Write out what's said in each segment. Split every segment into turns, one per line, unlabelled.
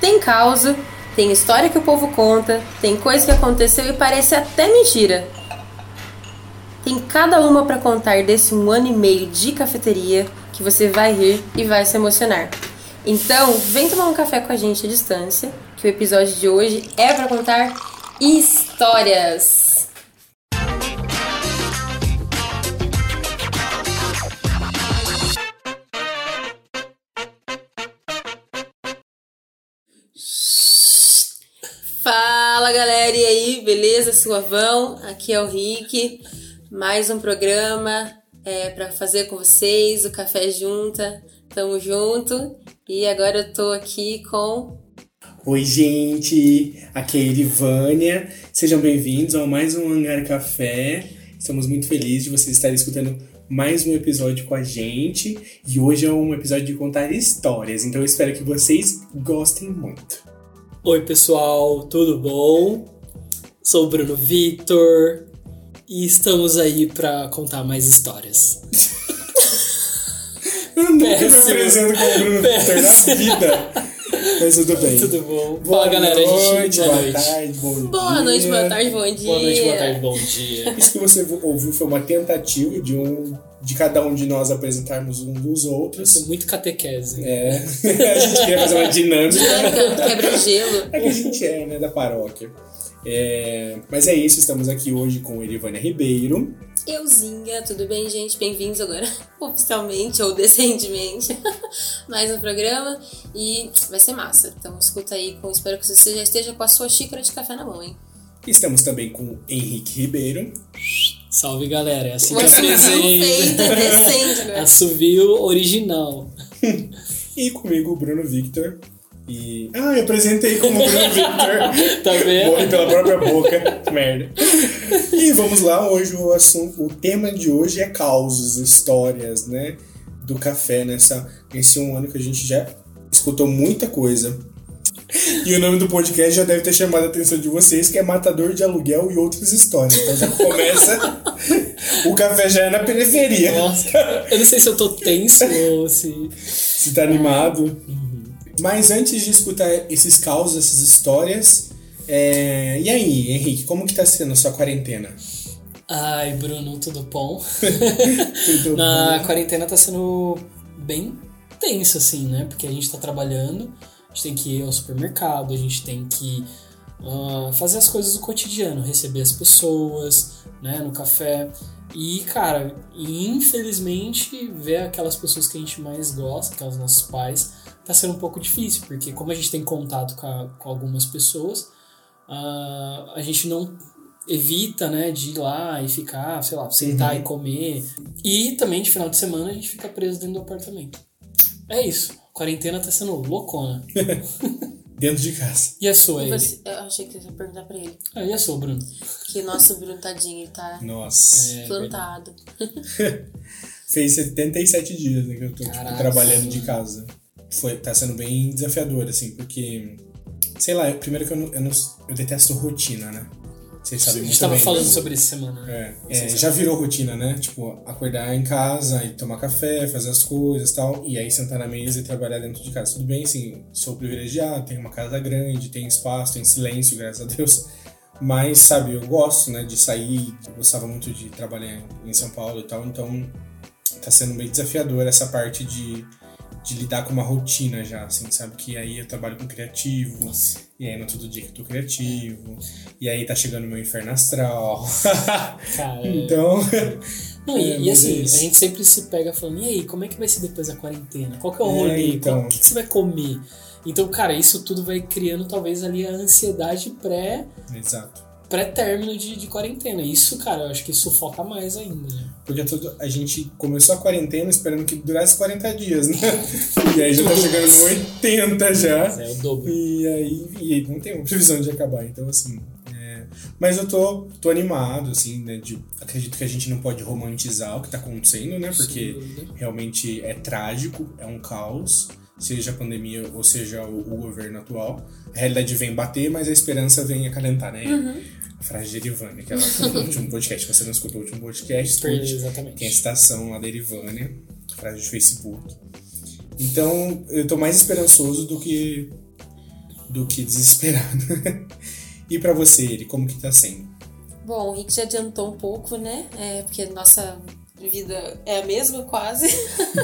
Tem causa, tem história que o povo conta, tem coisa que aconteceu e parece até mentira. Tem cada uma para contar desse um ano e meio de cafeteria que você vai rir e vai se emocionar. Então, vem tomar um café com a gente à distância, que o episódio de hoje é para contar histórias. Fala galera, e aí, beleza? Suavão? Aqui é o Rick, mais um programa é, para fazer com vocês, o Café Junta, tamo junto. E agora eu tô aqui com
Oi, gente! Aqui é a Irivânia. Sejam bem-vindos a mais um Hangar Café. Estamos muito felizes de vocês estarem escutando mais um episódio com a gente. E hoje é um episódio de contar histórias, então eu espero que vocês gostem muito.
Oi, pessoal, tudo bom? Sou o Bruno Vitor e estamos aí pra contar mais histórias.
Eu nunca me
Péssimo.
apresento com o Bruno Vitor na
Péssimo.
vida, mas tudo bem.
Tudo bom?
Boa
Fala, galera, a gente.
noite,
Boa noite.
tarde, bom
Boa
dia.
noite, boa tarde, bom dia.
Boa noite, boa tarde, bom dia.
Isso que você ouviu foi uma tentativa de um de cada um de nós apresentarmos um dos
Eu
outros.
sou é muito catequese.
É, a gente quer fazer uma dinâmica.
Dinâmica, quebra o gelo.
É que a gente é, né, da paróquia. É, mas é isso, estamos aqui hoje com Erivânia Ribeiro.
Euzinha, tudo bem, gente? Bem-vindos agora, oficialmente ou decentemente, mais um programa e vai ser massa. Então escuta aí, com, espero que você já esteja com a sua xícara de café na mão, hein?
Estamos também com Henrique Ribeiro.
Salve, galera. É assim
Uma
que
descrição
apresenta.
feita, decente agora.
Assobio original.
E comigo o Bruno Victor. E. Ah, eu apresentei como Bruno Victor.
Tá
Morre
vendo?
pela própria boca. Merda. E vamos lá, hoje o assunto. O tema de hoje é causos, histórias, né? Do café nessa, nesse um ano que a gente já escutou muita coisa. E o nome do podcast já deve ter chamado a atenção de vocês, que é Matador de Aluguel e Outras Histórias. Então já começa. o café já é na periferia.
Nossa, eu não sei se eu tô tenso ou se.
se tá animado. Mas antes de escutar esses causos, essas histórias, é, e aí, Henrique, como que tá sendo a sua quarentena?
Ai, Bruno, tudo bom?
Tudo
Na
bom?
quarentena tá sendo bem tenso, assim, né? Porque a gente tá trabalhando, a gente tem que ir ao supermercado, a gente tem que ah, fazer as coisas do cotidiano, receber as pessoas, né, no café. E, cara, infelizmente, ver aquelas pessoas que a gente mais gosta, que são os nossos pais, tá sendo um pouco difícil, porque como a gente tem contato com, a- com algumas pessoas, ah, a gente não evita, né, de ir lá e ficar, sei lá, sentar e comer. E também de final de semana a gente fica preso dentro do apartamento. É isso. Quarentena tá sendo loucona.
Dentro de casa.
E a sua, ele?
Você- eu achei que você ia perguntar pra ele.
Ah, e a sua, Bruno?
Que nosso Bruno tadinho, ele tá
Nossa.
É,
plantado.
Fez 77 dias né, que eu tô tipo,
Caraca.
trabalhando de casa. Foi, tá sendo bem desafiador, assim, porque. Sei lá, primeiro que eu, não, eu, não, eu detesto rotina, né? Vocês
A
sabem
gente
muito
tava
bem.
falando sobre isso semana. né?
É, é, já virou rotina, né? Tipo, acordar em casa e tomar café, fazer as coisas e tal, e aí sentar na mesa e trabalhar dentro de casa. Tudo bem, sim, sou privilegiado, tenho uma casa grande, tenho espaço, tenho silêncio, graças a Deus. Mas, sabe, eu gosto, né, de sair, eu gostava muito de trabalhar em São Paulo e tal, então tá sendo bem desafiador essa parte de, de lidar com uma rotina já, assim, sabe? Que aí eu trabalho com criativo, e aí não é todo dia que eu tô criativo, e aí tá chegando meu inferno astral.
Cara, é-
Então,
Não, e,
é,
e
mas
assim,
é
a
isso.
gente sempre se pega falando, e aí, como é que vai ser depois da quarentena? Qual que é o
É,
rolê?
então.
Qual- O que, que você vai comer? Então, cara, isso tudo vai criando talvez ali a ansiedade pré-
exato.
pré-término de, de quarentena. Isso, cara, eu acho que sufoca mais ainda, né?
Porque tudo, a gente começou a quarentena esperando que durasse 40 dias, né? E aí já tá chegando no 80
Mas
já.
É o dobro.
E aí, e aí não tem uma previsão de acabar, então assim. é. Mas eu tô, tô animado, assim, né? de- acredito que a gente não pode romantizar o que tá acontecendo, né? Porque
Sem dúvida.
realmente é trágico, é um caos, seja a pandemia ou seja o, o governo atual. A realidade vem bater, mas a esperança vem acalentar, né? A frase de Erivânia, que ela falou no último podcast. Se você não escutou o último podcast, escute.
Exatamente.
Tem a citação lá da Erivânia, frase de Facebook. Então, eu tô mais esperançoso do que do que desesperado. e para você, ele, como que tá sendo?
Bom, o Rick já adiantou um pouco, né? É, porque nossa vida é a mesma quase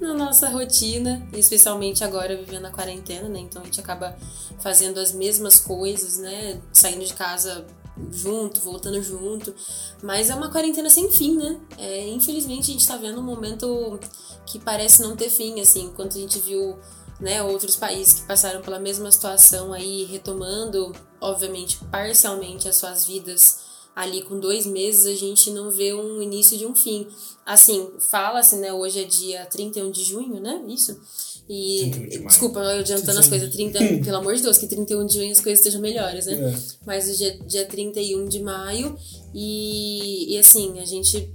na nossa rotina, especialmente agora vivendo a quarentena, né? Então a gente acaba fazendo as mesmas coisas, né? Saindo de casa junto, voltando junto, mas é uma quarentena sem fim, né? É, infelizmente a gente tá vendo um momento que parece não ter fim, assim, enquanto a gente viu né, outros países que passaram pela mesma situação aí, retomando, obviamente, parcialmente as suas vidas ali com dois meses, a gente não vê um início de um fim. Assim, fala-se, né, hoje é dia 31 de junho, né, isso? E,
um de maio.
desculpa, eu adiantando as coisas, 30, pelo amor de Deus, que 31 de junho as coisas estejam melhores, né?
É.
Mas hoje é dia 31 de maio e, e assim, a gente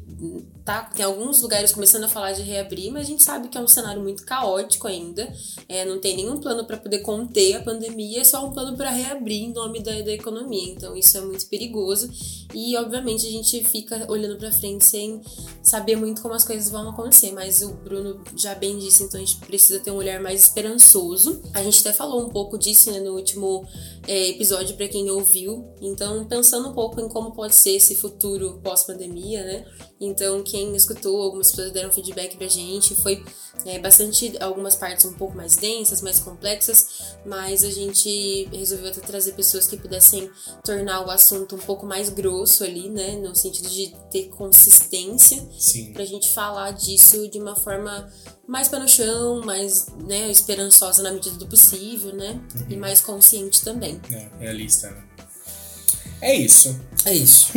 tá tem alguns lugares começando a falar de reabrir, mas a gente sabe que é um cenário muito caótico ainda. É, não tem nenhum plano para poder conter a pandemia, é só um plano para reabrir em nome da, da economia. Então isso é muito perigoso e obviamente a gente fica olhando para frente sem saber muito como as coisas vão acontecer, mas o Bruno já bem disse, então a gente precisa ter um olhar mais esperançoso. A gente até falou um pouco disso né, no último é, episódio para quem ouviu. Então, pensando um pouco em como pode ser esse futuro pós-pandemia, né? Então, quem escutou, algumas pessoas deram feedback pra gente, foi é, bastante, algumas partes um pouco mais densas, mais complexas, mas a gente resolveu até trazer pessoas que pudessem tornar o assunto um pouco mais grosso ali, né? No sentido de ter consistência
Sim.
pra gente falar disso de uma forma mais pé no chão, mais né, esperançosa na medida do possível, né? E mais consciente também.
É, realista, né? É isso.
É isso.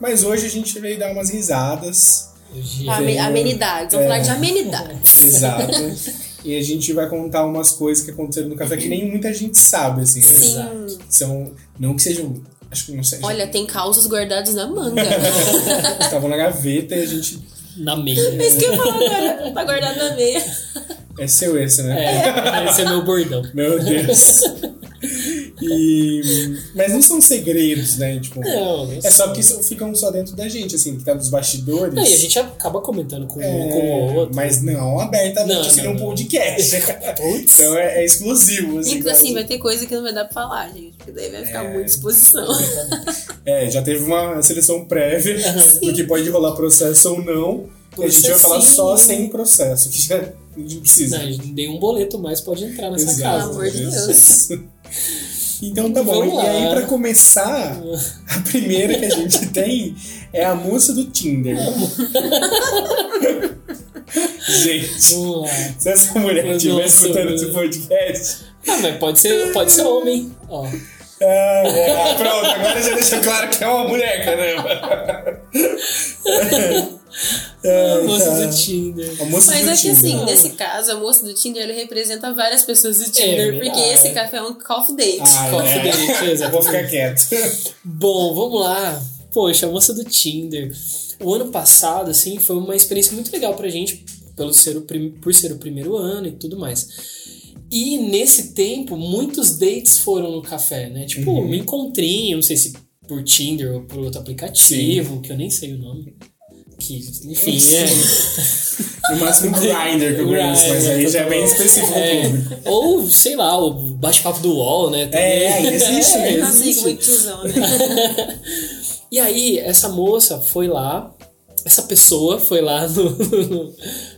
Mas hoje a gente veio dar umas risadas.
Hoje é
Tá, ame-
Entendeu?
Amenidades, vamos
É.
falar de amenidades.
Exato. e a gente vai contar umas coisas que aconteceram no café que nem muita gente sabe, assim. né?
Sim.
Exato.
São. Não que sejam. Acho que não sejam.
Olha, tem causos guardados na manga.
Estavam na gaveta e a gente.
na meia.
Mas que eu falo agora? Tá guardado na meia.
É seu esse, né?
É, esse é meu bordão.
Meu Deus. E... Mas não são segredos, né? Tipo,
Não, não
é só que isso- ficam só dentro da gente, assim, que tá nos bastidores.
Não, e a gente acaba comentando com,
É,
um, com o outro.
Mas não abertamente,
Não,
assim,
não,
num
não.
podcast.
Putz.
então é, é exclusivo, assim.
Inclusive,
pra-
assim, vai ter coisa que não vai dar pra falar, gente. Porque daí vai ficar
É.
muita exposição.
É, já teve uma seleção prévia do que pode rolar processo ou não. E a gente vai falar
Processinho.
só sem processo, que já a gente não precisa.
Não, nenhum um boleto mais pode entrar nessa
Pelo
Exato.
casa. né?
amor de
Deus. Então tá bom.
Vamos
E aí,
lá.
pra começar, a primeira que a gente tem é a moça do Tinder. gente,
Vamos lá.
se essa mulher
Eu
estiver
não sou,
escutando
né?
esse podcast.
Ah, mas pode ser, pode ser homem. Ó,
Ah, é, pronto, agora já deixa claro que é uma mulher, caramba. É,
moça
tá.
do Tinder.
A moça
Mas
do
é que
Tinder.
assim, nesse caso, a moça do Tinder ele representa várias pessoas do Tinder,
verdade.
porque esse café é um coffee date.
Ah,
Coffee
né?
date, exatamente.
Vou ficar quieto.
Bom, vamos lá. Poxa, a moça do Tinder. O ano passado, assim, foi uma experiência muito legal pra gente, pelo ser o prim- por ser o primeiro ano e tudo mais. E nesse tempo, muitos dates foram no café, né? Tipo,
Uhum.
um encontrinho, não sei se por Tinder ou por outro aplicativo, que eu nem sei o nome. Que, enfim, é.
No máximo um grinder que eu conheço, mas aí já é bem específico pro
É,
público.
ou, sei lá, o bate-papo do UOL, né?
É, existe
É,
mesmo.
assim,
existe.
muito tiozão, né?
E aí, essa moça foi lá, essa pessoa foi lá no, no,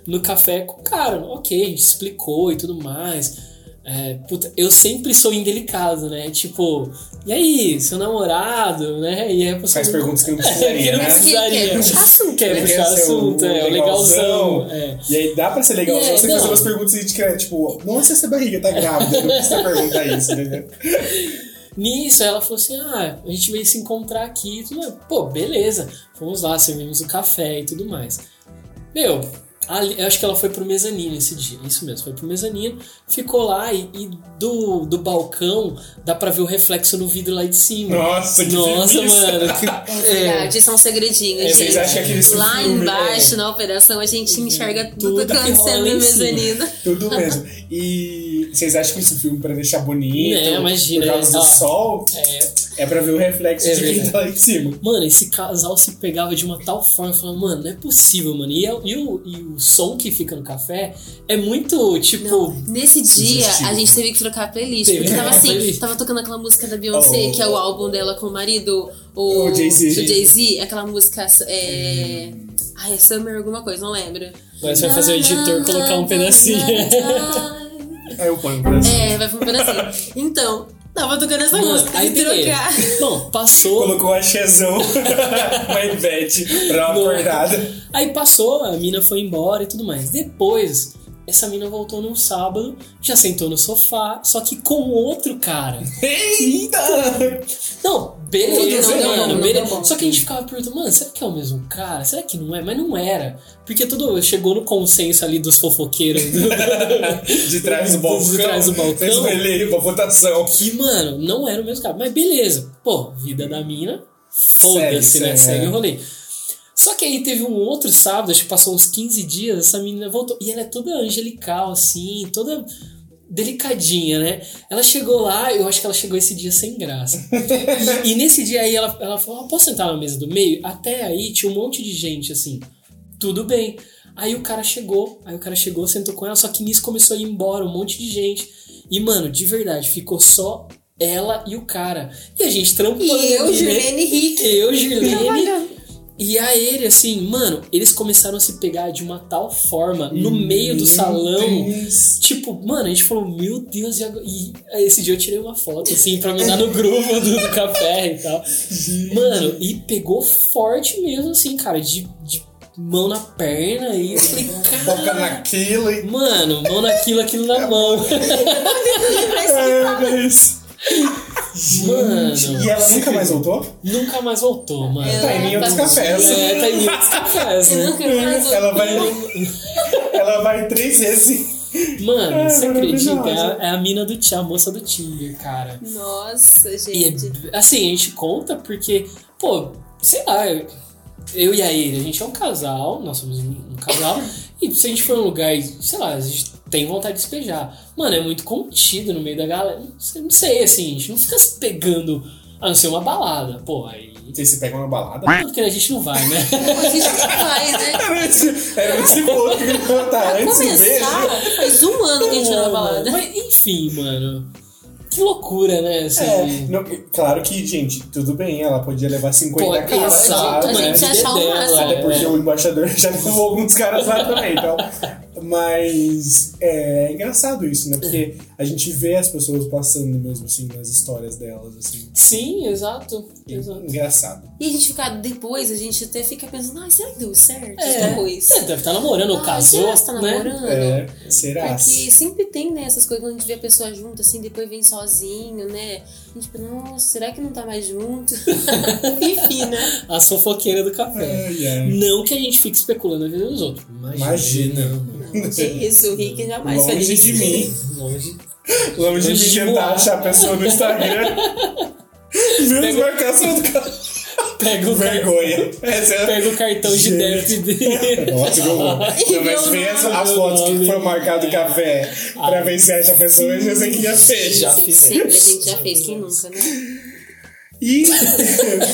no café com o cara, ok, a gente explicou e tudo mais. É, puta, eu sempre sou indelicado, né? Tipo, e aí, seu namorado, né? E aí a pessoa
Faz
não-
perguntas que não
que
precisaria,
não
né?
precisa.
precisaria.
Quer puxar assunto,
Quer
né?
puxar
Quer ser o
assunto, é, o
legalzão.
legalzão. é.
E aí dá pra ser legalzão
É,
você
não.
fazer umas perguntas e te tipo, nossa, essa barriga tá grávida, não precisa perguntar isso, né? entendeu?
Nisso, ela falou assim: ah, a gente veio se encontrar aqui. e Tudo mais. Pô, beleza. Fomos lá, servimos o café e tudo mais. Meu, ali- eu acho que ela foi pro mezanino esse dia. Isso mesmo, foi pro mezanino. Ficou lá e, e do, do balcão dá pra ver o reflexo no vidro lá de cima.
Nossa, que
Nossa,
delícia.
mano. que- é.
Verdade, isso é um segredinho,
É,
gente.
vocês acham que aquele
Lá
filme,
embaixo, na operação, a gente enxerga tudo,
Tudo que
acontecendo
rola
no
em cima.
mezanino.
Tudo mesmo. E vocês acham que esse filme pra deixar bonito,
Não, É, imagina,
por causa do
ó.
sol,
É,
É pra ver o reflexo
É
de quem
verdade.
tá lá em cima.
Mano, esse casal se pegava de uma tal forma, eu falava, mano, não é possível, mano. E, é- e o, e o som que fica no café é muito, tipo,
Não, nesse dia
Sugestivo.
a gente teve que trocar a playlist.
Teve
Porque
que
tava
trocar a
assim,
playlist.
tava tocando aquela música da Beyoncé,
Oh.
que é o álbum dela com o marido, o,
O Jay-Z.
do Jay-Z, aquela música. É, Ai, é Summer alguma coisa, não lembro.
Agora você vai fazer o editor colocar um pedacinho.
Aí eu ponho pra cima.
é, vai pra um pedacinho. Então, tava tocando essa
Mano,
música, teve que
beleza.
trocar.
Bom, passou.
Colocou a chezão na Ivete pra uma
Não.
acordada.
Aí passou, a mina foi embora e tudo mais. Depois, essa mina voltou num sábado, já sentou no sofá, só que com outro cara.
Eita!
Não, beleza,
Não
né,
deu bom,
mano,
não
beleza.
deu bom.
Só que a gente ficava perguntando, mano, será que é o mesmo cara? Será que não é? Mas não era. Porque tudo chegou no consenso ali dos fofoqueiros.
De trás do balcão.
De trás do balcão.
Fez um eleio pra votação.
que, mano, não era o mesmo cara. Mas beleza. Pô, vida da mina. Foda-se,
Segue,
né?
segue,
Segue
é.
o rolê. Só que aí teve um outro sábado, acho que passou uns 15 dias, essa menina voltou. E ela é toda angelical, assim, toda delicadinha, né? Ela chegou lá, eu acho que ela chegou esse dia sem graça. e, e nesse dia aí ela, ela falou: "Ah, posso sentar na mesa do meio? Até aí tinha um monte de gente, assim, tudo bem. Aí o cara chegou, aí o cara chegou, sentou com ela, só que nisso começou a ir embora um monte de gente. E, mano, de verdade, ficou só ela e o cara. E a gente trampando.
E eu,
ali, né?
Juliane Henrique.
Eu, Juliane.
trabalhando.
E a ele, assim, mano, eles começaram a se pegar de uma tal forma no meio do
Meu
salão.
Deus.
Tipo, mano, a gente falou, meu Deus, e, agora? e esse dia eu tirei uma foto, assim, pra mandar no grupo do, do café e tal. Mano, e pegou forte mesmo, assim, cara, de, de mão na perna e eu falei,
Boca
cara.
naquilo e.
Mano, mão naquilo, aquilo na mão. É,
Ai, meu Deus.
Mano,
E ela nunca mais voltou?
nunca mais voltou, mano.
Ela
Tá em outros
tá-
cafés.
É, tá em muitos cafés, né?
Nunca mais ouvi.
Ela vai. Ela vai três vezes.
Mano,
É,
você acredita? É
maravilhosa.
a, é a mina do Tia, a moça do Tinder, cara.
Nossa,
E é,
gente.
assim, a gente conta porque, pô, sei lá, eu e a ele, a gente é um casal, nós somos um um casal, e se a gente for num lugar, e, sei lá, a gente tem vontade de despejar. Mano, é muito contido no meio da galera. Não sei, não sei, assim, a gente não fica se pegando, a não ser uma balada, pô, aí.
Vocês se pegam na balada?
Porque a gente não vai, né?
A gente faz, né?
Era esse- era esse ponto que ele contar antes do beijo.
Começar, faz um ano que a gente vai né? na
Mano,
balada.
Mas enfim, mano. Que loucura, né? Assim,
É, não, claro que, gente, tudo bem, ela podia levar 50
Pô, é
caras.
exato,
claro,
a
né?
gente
mas
achar o
dela,
máximo.
Até porque
é.
o um embaixador já levou alguns caras lá também, então. Mas é engraçado isso, né? Porque a gente vê as pessoas passando mesmo, assim, nas histórias delas, assim.
Sim, exato. exato.
Engraçado.
E a gente fica depois, a gente até fica pensando, ai, será que deu certo
É.
depois?
É, deve estar namorando ou
Ai,
casou,
será que tá
né?
namorando?
É, será?
Porque sempre tem, né, essas coisas quando a gente vê a pessoa junto, assim, depois vem sozinho, né? A gente pensa, nossa, será que não tá mais junto? Enfim, né?
A fofoqueira do café.
Ai, ai.
Não que a gente fique especulando a vida dos outros.
Imagina.
Que isso, o Rick jamais faria
Longe
isso.
de mim.
Longe.
Longe de
Longe
mim
de
tentar
voar.
tá, achar a pessoa no Instagram. Viu as marcações do cara.
Pega o, car...
Vergonha. Essa é a
Pega o cartão de
Gente.
débito dele.
Nossa, que horror. Não, Então, mas vê as, as fotos que foram marcadas do café pra ver se acha a pessoa, eu já sei que já fez.
Já
Sempre,
fizemos.
sempre a gente já fez, quem nunca, né?
E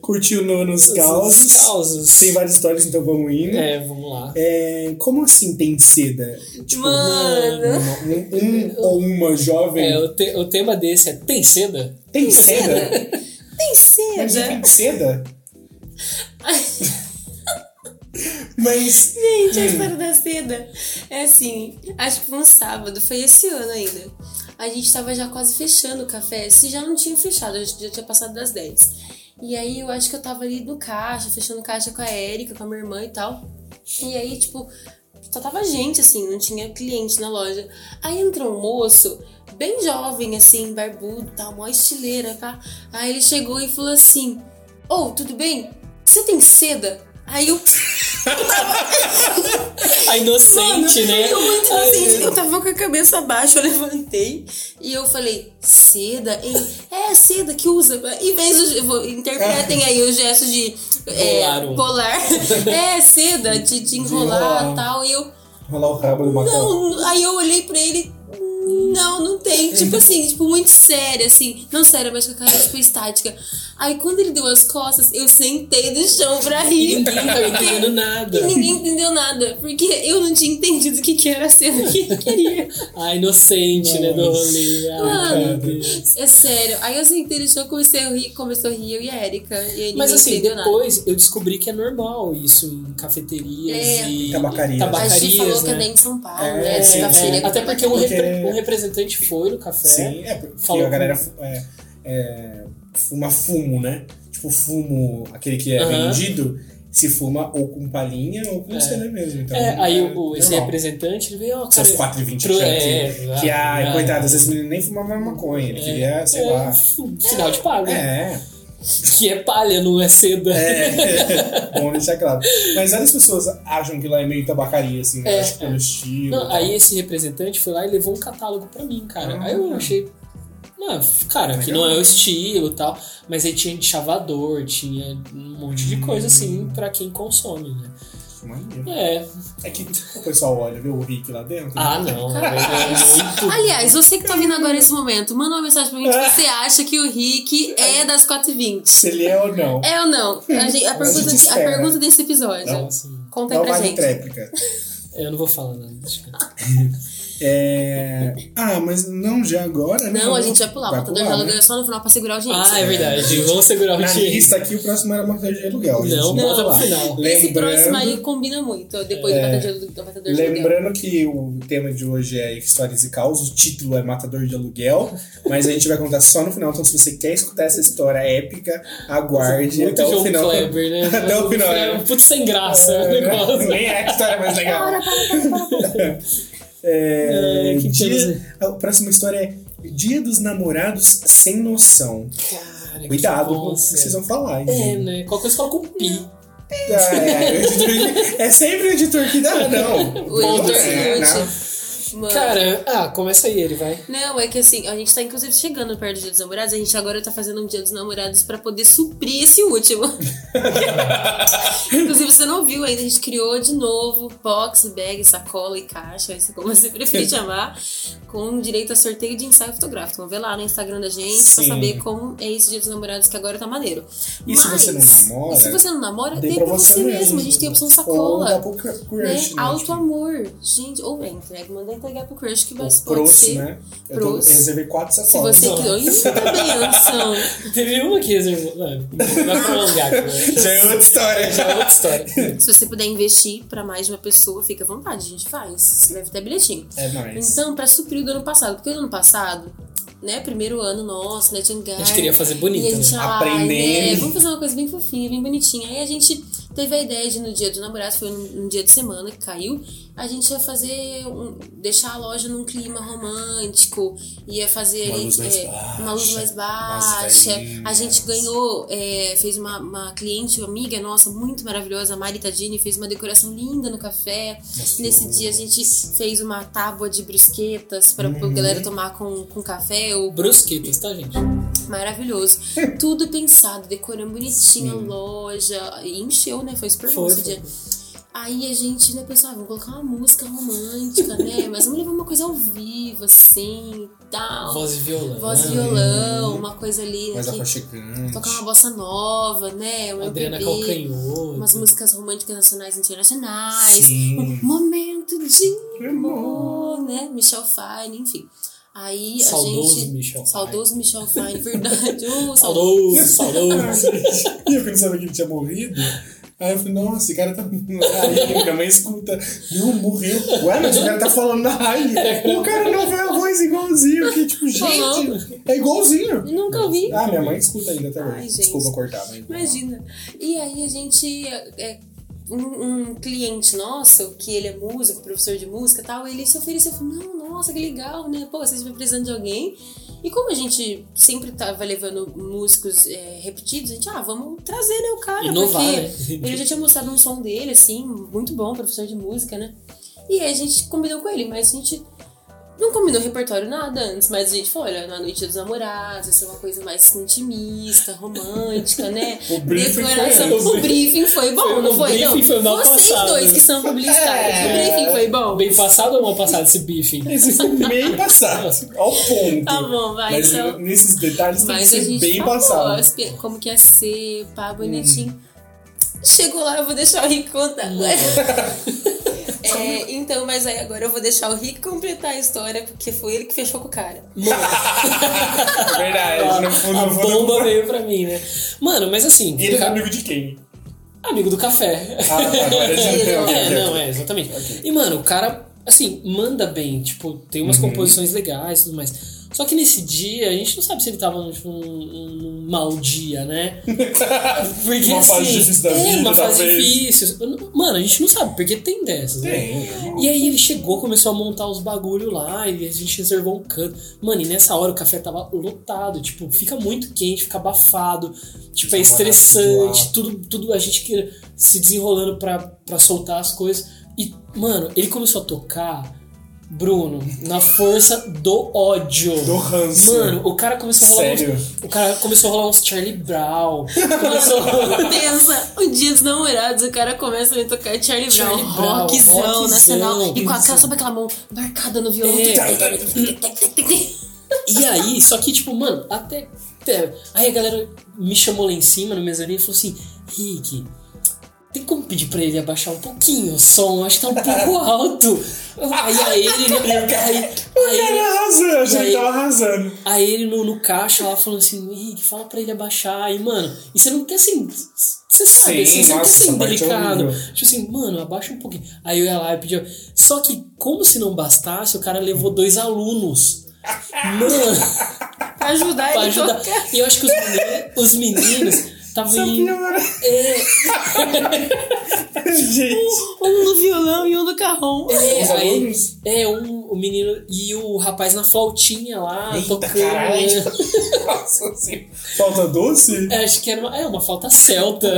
curtiu no, nos
Os
caos.
causos.
Tem várias histórias, então vamos indo.
É, vamos lá.
É, como assim tem seda? Tipo,
Mano,
um, um ou uma jovem
É, o, te- o tema desse é tem seda?
tem seda?
É,
seda? tem
né?
Mas
seda.
tem seda? Mas
Gente, a história da seda. É assim, acho que foi um sábado, foi esse ano ainda. A gente tava já quase fechando o café, se já não tinha fechado, acho que já tinha passado das 10. E aí eu acho que eu tava ali no caixa, fechando caixa com a Érica, com a minha irmã e tal. E aí, tipo, só tava gente, assim, não tinha cliente na loja. Aí entrou um moço, bem jovem, assim, barbudo, tal, mó estileira, pá. Aí ele chegou e falou assim: Ô, tudo bem? Você tem seda? Aí eu.
A inocente,
Mano,
né?
Eu, muito inocente,
Ai,
eu tava com a cabeça baixa, eu levantei e eu falei, seda? E- é, seda que usa. Em vez do. eu vou- Interpretem aí o gesto de. É,
Polar.
polar. é, seda, de, de enrolar
enrolar.
e tal. E eu.
rolar o rabo do macaco.
Não, aí eu olhei pra ele. Não, Não, não tem. Tipo assim, tipo, muito séria, assim. Não séria, mas com a cara, tipo, estática. Aí quando ele deu as costas, eu sentei no chão pra
E
rir.
ninguém tava entendendo nada.
É.
E ninguém entendeu nada. Porque eu não tinha entendido o que, que era a cena que ele queria.
A inocente, né, do rolê. Ah,
Mano.
meu Deus.
É sério. Aí eu sentei no chão, comecei a rir, começou a rir eu e a Erika. E aí ninguém
Mas assim,
entendeu nada.
depois eu descobri que é normal isso em cafeterias
É.
e
Tabacarias.
A gente falou
tabacarias,
que é
né?
bem em São Paulo,
É,
né?
sim,
Sexta-feira
sim.
que
Até
tá
porque um,
batendo.
Porque-
repre- um representante foi no café.
Sim, é porque
Falou
a galera é, é, fuma fumo, né? Tipo, fumo, aquele que é
Aham.
vendido, se fuma ou com palhinha ou com cera mesmo. Então,
É, aí o, o- esse
normal.
representante ele veio, ó, cara,
Seus 4,20
tro-
que,
é,
né? que
ah,
ai,
ah,
coitado, às vezes o menino nem fumava maconha, ele queria, sei
é,
lá.
um Sinal de pago.
É,
Que é palha, não é seda.
é. Bom deixar claro. Mas várias pessoas acham que lá é meio tabacaria, assim, né?
É,
Acho que pelo estilo. e
Não,
tal.
aí esse representante foi lá e levou um catálogo pra mim, cara.
Ah.
aí eu achei. Não, cara, que não é o estilo e tal. Mas aí tinha de chavador, tinha um monte de coisa assim pra quem consome, né?
Maneiro.
É.
É que o pessoal olha, vê o Rick lá dentro.
Ah, não. é muito-
Aliás, você que tá vindo agora nesse momento, manda uma mensagem pra mim que você acha que o Rick é das 4h20.
Se ele é ou não.
É ou não? A, gente- a pergunta,
gente
a
espera.
pergunta desse episódio.
Não.
Assim,
Conta aí
não
pra
É vale
gente.
tréplica.
eu não vou falar nada. deixa eu ver.
É... Ah, mas não já agora, né?
Não, a gente vai pular.
Vai
Vai pular
pular,
diálogo
né?
é só no final pra segurar a audiência.
Ah, é verdade. Vamos segurar o
Na
Richie.
lista aqui, o próximo era matador de aluguel. a gente
Não,
vai
bota pro
falar.
final.
Esse próximo
Lembrando-
aí combina muito, depois
É.
do matador de aluguel.
Lembrando que o tema de hoje é histórias e caos, o título é Matador de Aluguel, mas a gente vai contar só no final, então se você quer escutar essa história épica, aguarde
Muito
até
João
o final.
Kleber, né?
Até o final.
É um puto sem graça. É, um
É,
negócio.
Nem é a história mais legal.
É,
É,
que
dia,
temos-
a próxima história é Dia dos Namorados Sem Noção.
Cara, É que
Cuidado com o
bom,
que vocês
cara.
vão falar. hein,
É,
gente?
né? Qualquer coisa coloca um pi.
Ah, é, o editor- é sempre o editor que dá, não.
O editor
Não é,
é,
não.
Mano.
Cara, ah, começa aí ele, vai.
Não, é que assim, a gente tá inclusive chegando perto do Dia dos Namorados, a gente agora tá fazendo um Dia dos Namorados pra poder suprir esse último. inclusive, você não viu ainda, a gente criou de novo box, bag, sacola e caixa, isso como você preferir chamar, com direito a sorteio de ensaio fotográfico. Vamos ver lá no Instagram da gente pra
Sim.
saber como é esse Dia dos Namorados que agora tá maneiro.
E se você não
Mas,
namora,
E se você não namora, dê Ah, pra você mesmo. A gente tem a opção
Ou dá
sacola.
pro cru- crush,
Né?
né?
Alto amor. Gente, ou é entrega, manda entregar pro crush que vai
Tipo,
pode
Prost,
ser.
né? Eu, tô, eu
Prost.
reservei quatro
Se
sacolas.
você que. Ih, tá bem, Anderson.
Teve uma que reservou. Não, vai prolongar aqui, né?
Já é outra história.
Já é outra história.
Se você puder investir pra mais de uma pessoa, fica à vontade, a gente faz. Escreve até bilhetinho.
É nóis.
Então, pra suprir o do ano passado, porque o do ano passado, né, primeiro ano nosso, né, Tchangai.
A gente queria fazer
E a
bonito,
gente,
né?
ai,
Aprendendo.
né, vamos fazer uma coisa bem fofinha, bem bonitinha. Aí a gente teve a ideia de no dia do namorado, foi um, um dia de semana que caiu, a gente ia fazer, um- deixar a loja num clima romântico, ia fazer
Uma
ali,
luz mais
é,
baixa, tá
uma luz mais
umas
baixa. A
velhinhas.
gente ganhou, é, fez uma, uma cliente, uma amiga nossa, muito maravilhosa, a Mari Tadini, fez uma decoração linda no café.
Nossa,
Nesse dia a gente fez uma tábua de brusquetas pra
Uhum.
pra galera tomar com, com café ou
Brusquetas, tá, gente?
Maravilhoso. Tudo pensado, decorando bonitinho a loja. E encheu, né? Foi super bom
Foi,
esse
foi.
dia. Aí a gente, né, pensou, ah, vamos colocar uma música romântica, né? Mas vamos levar uma coisa ao vivo, assim, e tal.
Voz e violão.
Voz e violão, uma coisa ali, né?
Mais
que-
aconchegante.
Tocar uma bossa nova, né? Uma
Adriana
MPB,
Calcanhoto.
umas músicas românticas nacionais e internacionais.
Sim.
Momento de amor, né? Michel Fine, enfim. Aí a
Saudoso
gente.
Michel Fine.
Saudoso Michel Fine, verdade. Uh, Ô, saudoso.
Saudoso, saudoso.
E eu não sabia que ele tinha morrido. Aí eu falei, nossa, esse cara tá. Aí minha mãe escuta. Não, morreu. Ué, mas o cara tá falando na rádio. O cara não vê a voz igualzinho. Que tipo, gente, é igualzinho.
Nunca ouvi.
Ah, minha mãe escuta ainda até
Ai,
hoje.
gente.
Desculpa cortar, mas.
Imagina. E aí a gente. é, um, um cliente nosso, que ele é músico, professor de música e tal, ele se ofereceu. Falou, não, nossa, que legal, né? Pô, vocês estão precisando de alguém. E como a gente sempre tava levando músicos é, repetidos, a gente, ah, vamos trazer, né, o cara.
Inovar,
porque
né?
ele já tinha mostrado um som dele, assim, muito bom, professor de música, né? E aí a gente combinou com ele, mas a gente Não combinou repertório nada antes, mas a gente foi, olha, na noite dos namorados, ia ser uma coisa mais intimista, romântica, né?
O briefing foi esse.
O briefing foi bom,
Foi-
não
o
foi?
briefing
não.
foi mal
Vocês
passado.
dois que são publicitários, o
É.
briefing foi bom.
Bem passado ou mal passado esse bife?
Esses foi bem passados. Ao ponto.
Ah,
Tá bom, vai,
Mas
então.
nesses detalhes tem que
Mas a
ser
gente
tá
bem
falou
passado.
as pe- como que ia ser, pá,
Uhum.
bonitinho. Chegou lá, eu vou deixar o Rick contar. É, então, mas aí agora eu vou deixar o Rick completar a história, porque foi ele que fechou com o cara.
É verdade. no fundo,
a
no fundo,
bomba veio pra mim, né? Mano, mas assim,
Ele é
ca-
amigo de quem?
amigo do café.
Ah, agora já
Ele
entendeu.
É, não, é, exatamente. E, mano, o cara, assim, manda bem, tipo, tem umas
Uhum.
composições legais e tudo mais. Só que nesse dia, a gente não sabe se ele tava tipo, num, num mau dia, né? Porque,
Uma fase
assim,
difícil da
é,
vida,
uma fase
talvez.
difícil. Eu não- Mano, a gente não sabe, porque tem dessas, né?
Tem.
E aí ele chegou, começou a montar os bagulho lá, e a gente reservou um canto. Mano, e nessa hora o café tava lotado, tipo, fica muito quente, fica abafado, tipo, é
Os namorados
estressante,
lá.
tudo, tudo a gente que se desenrolando pra, pra soltar as coisas. E, mano, ele começou a tocar, Bruno, na força do ódio.
Do ranço.
Mano, o cara começou a rolar.
Sério?
Uns, o cara começou a rolar uns Charlie Brown. Começou a rolar.
Pensa, o dia dos namorados, o cara começa a me tocar Charlie,
Charlie
Brown,
Brown,
rockzão,
rockzão,
nacional, e com
isso. É.
aquela, sabe aquela mão marcada no violão.
E aí, só que, tipo, mano, até. até- Aí a galera me chamou lá em cima no mezanino e falou assim: Rick, tem como pedir pra ele abaixar um pouquinho o som? Acho que tá um pouco alto. Aí, aí ele. Aí,
O
aí,
cara arrasando, a gente
aí-
tava arrasando.
aí ele no, no caixa lá falando assim: Rick, fala pra ele abaixar. Aí, mano, e você não quer assim. Você sabe,
Sim,
assim, você não quer
nossa,
ser
essa parte é
delicado.
horrível.
Tipo assim, mano, abaixa um pouquinho. Aí eu ia lá e pedia. Só que, como se não bastasse, o cara levou dois alunos. Mano.
Pra ajudar ele
pra
a
ajudar.
tocar.
E eu acho que os meninos, os meninos É, estavam em.
Gente.
Um no violão e um no carrom.
É,
Os
aí-
alunos?
é, um, o menino e o rapaz na flautinha lá,
Eita,
tocando.
caralho.
né?
Nossa, assim. Falta doce?
É, acho que era uma, é, uma falta celta.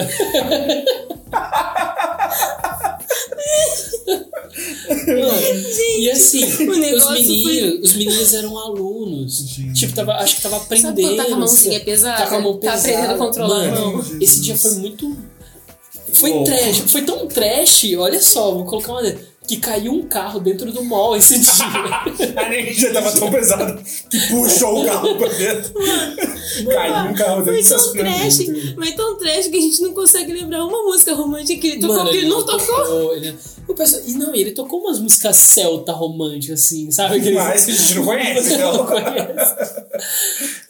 Mano, e assim, os
negócio
meninos, os meninos eram alunos.
Gente.
Tipo, tava, acho que tava
Sabe quando
aprendendo.
tá com a mãozinha
sabe?
pesada?
Tá com a mão
Tá
pesada.
aprendendo a controlar
Mano,
a
mão.
Esse dia foi muito. Foi
Louco.
trash. Foi tão trash, olha só, vou colocar uma. Que caiu um carro dentro do mall esse dia.
A energia tava tão pesada que puxou o carro pra dentro. Caiu um carro
Foi
dentro
tão
dessas
trash,
coisas.
mas tão trash que a gente não consegue lembrar uma música romântica que ele tocou,
Mano,
que ele não tocou.
ele- o pessoal- e não, ele tocou umas músicas celta românticas, assim, sabe? Aqueles-
Mas a gente não conhece,
Você não
então.
conhece.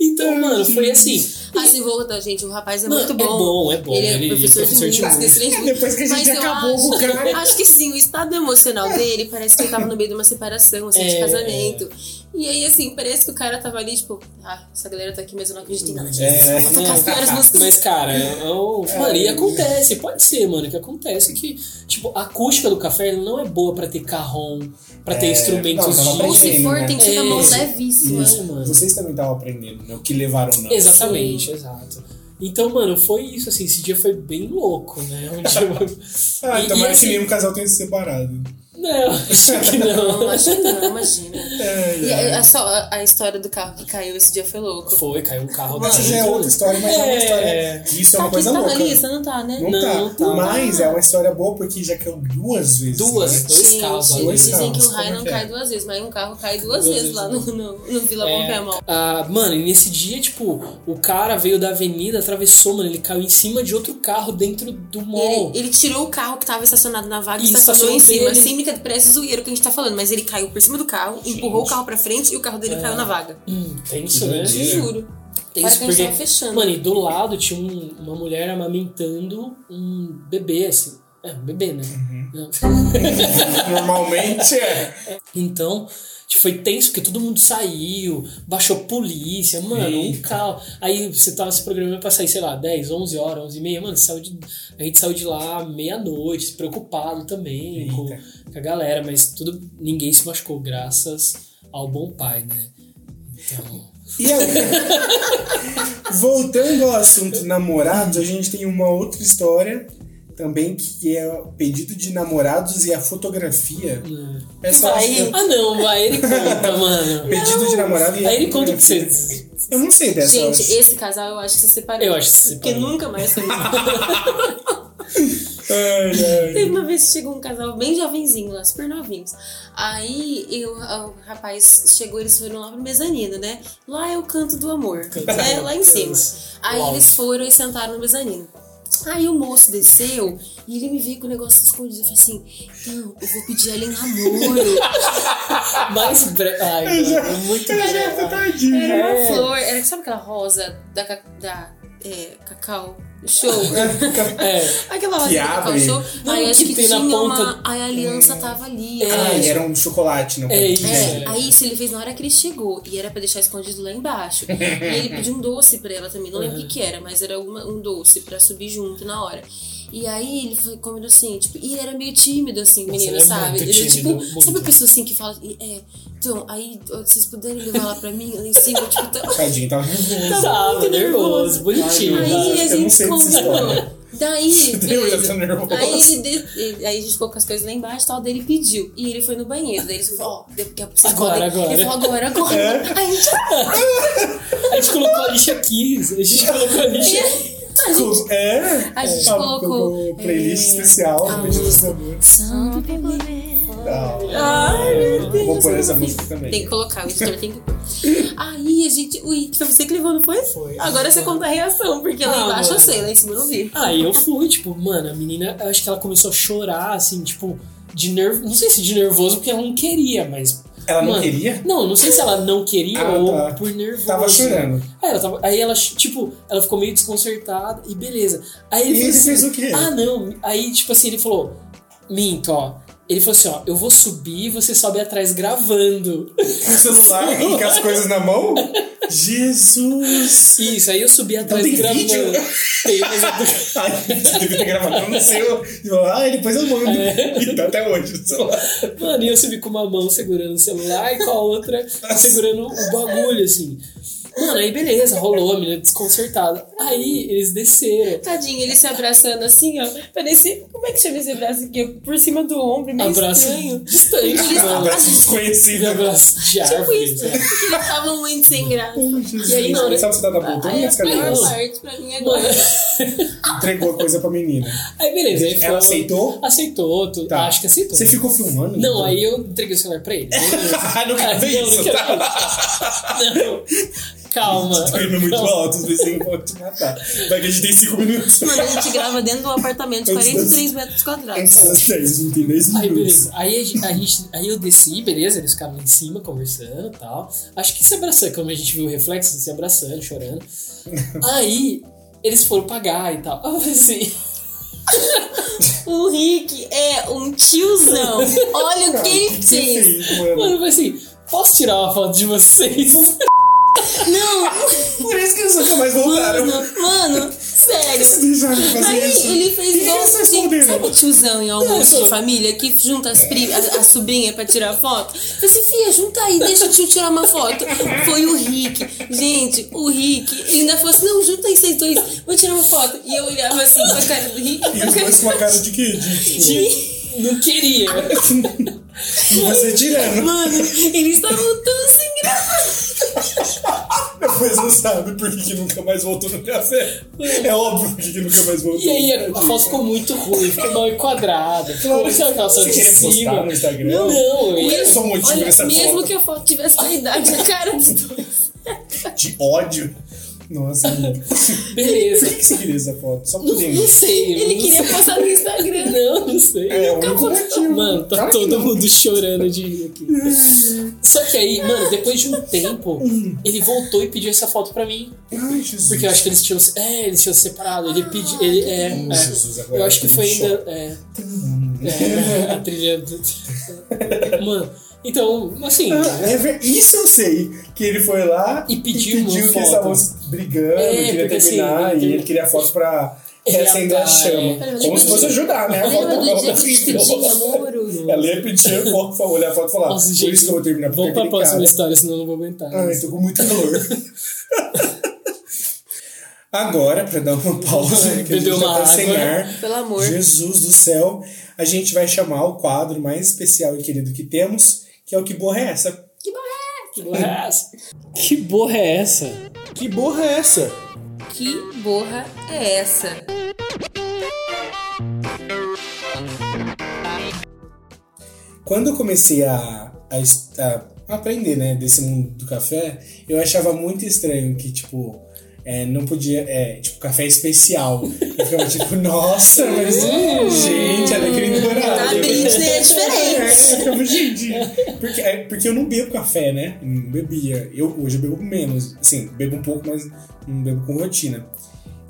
Então, mano, foi assim.
Assim, volta, gente, o rapaz é
Não,
muito
é
bom.
bom, é bom,
Ele é
ele-
professor,
professor de
de música,
música.
excelente.
Depois que a gente
Mas eu
acabou
acho,
com o cara.
Acho que sim, o estado emocional dele parece que ele tava no meio de uma separação, assim, de
É.
casamento. E aí, assim, parece que o cara tava ali, tipo, ah, essa galera tá aqui, mas eu não acredito em nada. disso.
É.
Vou tocar as piores músicas.
Mas, cara, eu,
É.
mano, e acontece, pode ser, mano, que acontece que, tipo, a acústica do café não é boa pra ter carrom, pra ter
É,
instrumentos
não, tava
Ou
de.
aprendendo.
se for, tem que ser na mão
É.
levíssima.
Isso. mano.
Vocês também estavam aprendendo, né? O que levaram não.
Exatamente, exato. Então, mano, foi isso, assim, esse dia foi bem louco, né? Um dia...
Ah,
E-
então
e,
mais que
assim,
nenhum casal tenha se separado.
Não, acho que
Não,
não.
acho que não, imagina.
É,
E
é.
a, a só- a- a história do carro que caiu esse dia foi louco.
Foi, caiu um carro
Essa já é
dentro.
outra história, mas é, uma
É.
história. que Isso é
tá
uma
aqui,
coisa
tá
louca.
na lista, não tá, né?
Não,
Não,
tá.
não tá.
Mas é uma história boa porque já caiu duas vezes.
Duas,
né?
dois
Gente,
carros, dois
eles dizem
carros,
que o raio
como
não
que é?
cai duas vezes, mas um carro cai
Duas
duas, vezes,
vezes,
lá no, no, no Vila
É,
Pompémon.
ah, mano, e nesse dia, tipo, o cara veio da avenida, atravessou, mano, ele caiu em cima de outro carro dentro do mall.
Ele, ele tirou o carro que tava estacionado na vaga e
E
estacionou em
estacionou
cima.
dele.
Sem brincadeira, parece zoeiro que a gente tá falando, mas ele caiu por cima do carro, empurrou o carro pra frente e o carro dele caiu na vaga.
Hum, tenso, né?
Doideira.
Te juro. Parece
Tem isso
que a gente
porque,
tava fechando.
mano, e do lado tinha um- uma mulher amamentando um bebê, assim. É, um bebê, né?
Uhum.
Normalmente é.
Então, tipo, foi tenso porque todo mundo saiu, baixou polícia, mano, um
Eita.
carro. Aí você tava se programando pra sair, sei lá, 10, 11 horas, 11 e meia, mano, saiu de, a gente saiu de lá meia-noite, preocupado também com,
Eita.
com a galera, mas tudo, ninguém se machucou, graças ao bom pai, né? Então,
E agora, voltando ao assunto namorados, a gente tem uma outra história também que é o pedido de namorados e a fotografia. Essa eu acho
Vai-
que é o
Ah não, vai, ele conta, mano.
pedido de namorado e a
Aí ele conta o que
fotografia.
você.
Eu não sei dessa.
Gente,
eu acho.
esse casal eu acho que se separou.
Eu acho que se
Porque
separou.
nunca mais foi junto.
Ai, ai.
Teve uma vez que chegou um casal bem jovenzinho lá, super novinhos. Aí eu, o rapaz chegou, eles foram lá pro mezanino, né? Lá é o canto do amor, né? Lá em cima. Aí
Uau.
eles foram e sentaram no mezanino. Aí o moço desceu e ele me veio com o negócio escondido. Eu falei assim: então, eu vou pedir ela em namoro.
Mais breve. Ai, mano, muito
Eu já
breve.
tô tadinho.
Era uma
É.
flor, era, sabe aquela rosa da, ca- da é, Cacau Show?
É,
Aquela rosa
Que
da Cacau
abre. É.
Show.
Não,
aí acho
que
que,
tem na
tinha
ponta.
uma. Aí a aliança tava ali. é.
Ah,
aí-
e era um chocolate, não
É isso.
É, aí isso ele fez na hora que ele chegou. E era pra deixar escondido lá embaixo. e ele pediu um doce pra ela também. Não lembro o que que era, mas era alguma- um doce pra subir junto na hora. E aí ele foi, combinou assim, tipo, e ele era meio tímido, assim, o
Nossa,
menino,
ele é
sabe?
muito
Ele é tipo,
tímido,
sabe
muito.
a pessoa assim que fala, e, é, então, aí ó, vocês puderem levar lá pra mim, lá em cima, tipo, tá...
Tadinho, então. tava nervoso.
Tava
tava
muito
nervoso,
nervoso.
bonitinho.
Aí
eu
a
não
gente
sei dessa história.
combinou. Daí,
Eu já tô
beleza.
nervoso.
Aí, ele de- ele- aí a gente ficou com as coisas lá embaixo e tal, daí ele pediu. E ele foi no banheiro. Daí ele falou, ó, daqui a pouco vocês
Agora,
podem.
agora.
Ele falou, agora, agora.
É.
Aí a gente. é.
A gente colocou a lixa aqui, a gente colocou a lixa.
A gente,
É?
a gente
Ah,
colocou.
playlist
é,
especial
a
do Pedido de
música.
Namoro.
Santo Pelé.
Ah,
Ai, meu Deus.
Vou pôr essa música também.
Tem que colocar, o editor tem que pôr. Aí a gente. Ui, foi você que levou, não foi?
Foi.
Agora você conta a reação, porque lá
Ah,
embaixo
mano.
eu sei, lá em cima eu não vi.
Aí eu fui, tipo, mano, a menina, eu acho que ela começou a chorar, assim, tipo, de nervoso. Não sei se de nervoso, porque ela não queria, mas.
Ela não
mano,
queria?
Não, não sei se ela não queria
Ah,
ou
tá.
por nervoso.
Tava chorando.
Aí É, ela, tava- aí ela, tipo, ela ficou meio desconcertada e beleza. Aí
E
ele
ele
falou
fez
assim,
o quê?
ah, não. Aí, tipo assim, ele falou, minto, ó. Ele falou assim, ó, eu vou subir e você sobe atrás gravando.
Com o celular e com as coisas na mão? Jesus!
Isso, aí eu subi atrás
tem
gravando.
vídeo?
Tem, mas eu-
Ai, você devia ter gravado no seu. E falou, ah, depois eu mando.
É.
E tá até hoje o celular.
Mano, e eu subi com uma mão segurando o celular e com a outra segurando o bagulho, assim. Mano, aí beleza, rolou, a menina desconcertada. Aí eles desceram.
Tadinho, ele se abraçando assim, ó. Parecia. Como é que chama esse braço aqui? Por cima do ombro, meio
Abraço
estranho.
distante, mano.
Abraço é desconhecido.
Abraço de
Tipo
É árvore. né?
isso.
sabe?
Porque ele tava muito sem graça.
Oh, Jesus,
E aí, é na hora-
Sabe você tá na boca?
Aí a
Minhas
pior
cadeiras.
parte pra mim agora.
Mano,
Entregou a coisa pra menina.
Aí beleza, aí
Ela
foi-
aceitou?
Aceitou, tu,
Tá.
acho que aceitou.
Você ficou filmando?
Não, aí eu entreguei o celular pra ele.
Ah, não quero ver
Não,
isso. tá?
não quero ver. Não. Calma.
Treme é muito
Calma.
alto, os vizinhos vão te matar. Ah, tá. Vai que a gente tem 5 minutos.
Mano, a gente grava dentro de um apartamento de
Antes das-
43 metros quadrados.
Antes das 10, a gente tem 10
Aí,
minutos.
beleza. Aí, a gente- a gente, aí eu desci, beleza, eles ficavam lá em cima conversando e tal. Acho que se abraçando, como a gente viu o reflexo, se abraçando, chorando. Aí eles foram pagar e tal. Eu falei assim,
O Rick é um tiozão. Olha
Então,
o que ele fez.
Sim, mano.
mano, eu falei assim, posso tirar uma foto de vocês?
Não,
Por isso que eles nunca mais voltaram.
mano, mano, sério.
Deixaram de fazer
Aí
isso.
ele fez igual
Isso é
assim,
esconder.
sabe o tiozão em almoço de família que junta as pri- a, a sobrinha pra tirar foto? Falei assim, filha, junta aí, deixa o tio tirar uma foto. Foi o Rick. Gente, o Rick, ele ainda falou assim, não, junta aí vocês dois, vou tirar uma foto. E eu olhava assim pra cara do Rick.
E os dois com a cara de que? De,
Tipo, Não queria.
de
Tipo,
você tirando.
Mano, eles estavam tão sem graça.
Depois não sabe por que, que nunca mais voltou no café. É óbvio por que, que nunca mais voltou.
E aí a, a foto ficou muito ruim, ficou mal enquadrada. Ficou, sabe aquela foto
Você
de
queria postar
cima?
no Instagram?
Não, não. eu-
Olha só é o motivo
Olha,
dessa
mesmo
foto.
que a foto tivesse na idade, a cara dos dois.
De ódio. Nossa, amigo. Por
Beleza.
que, que você queria essa foto? Só é por
Não, não sei.
Ele
não
queria postar no Instagram.
Não, não sei.
É, o único motivo.
Mano, tá
Claro que
todo
não.
mundo chorando de rir aqui. Só que aí, mano, depois de um tempo, ele voltou e pediu essa foto pra mim.
Ai, Jesus.
Porque eu acho que eles tinham. se- É, eles tinham se separado. Ele pediu. Ele, é,
Hum,
é.
Jesus, agora
eu acho que
eu tô
foi
em
ainda. É, é, a trilha. do- Mano, então, assim.
É ver- Isso eu sei. Que ele foi lá
E pediu uma
que
foto.
eles estavam brigando,
É,
queria
porque, assim,
terminar,
ele
e
queria-
ele queria a foto pra
Ele tá,
reacender a
apaga,
chama.
é.
Como se fosse ajudar, né? A
Lembra
foto
do dia que eles pediam namoro?
Ela ia pedir a foto, pra olhar a foto e falar:
Nossa,
Por
gente,
isso que eu vou terminar
Vamos
porque é
pra
aquele
próxima
cara.
história, senão eu não vou aguentar.
Ai, tô com muito calor. Agora, para dar uma pausa, que a gente
Bebeu
já
uma
tá sem
água.
ar.
Pelo amor.
Jesus do céu, a gente vai chamar o quadro mais especial e querido que temos, que é o Que Borra é essa?
Que borra é essa? Que borra é essa?
Que borra é essa?
Que borra é essa?
Quando eu comecei a, a es- a aprender, né, desse mundo do café, eu achava muito estranho que, tipo, é, não podia, é, tipo, café especial. Eu ficava tipo, nossa, mas, gente, olha que
A
ignorante.
Britney é diferente.
É, eu, gente, porque, é, porque eu não bebo café, né? Eu Não bebia. Eu, hoje eu bebo menos. Assim, bebo um pouco, mas não bebo com rotina.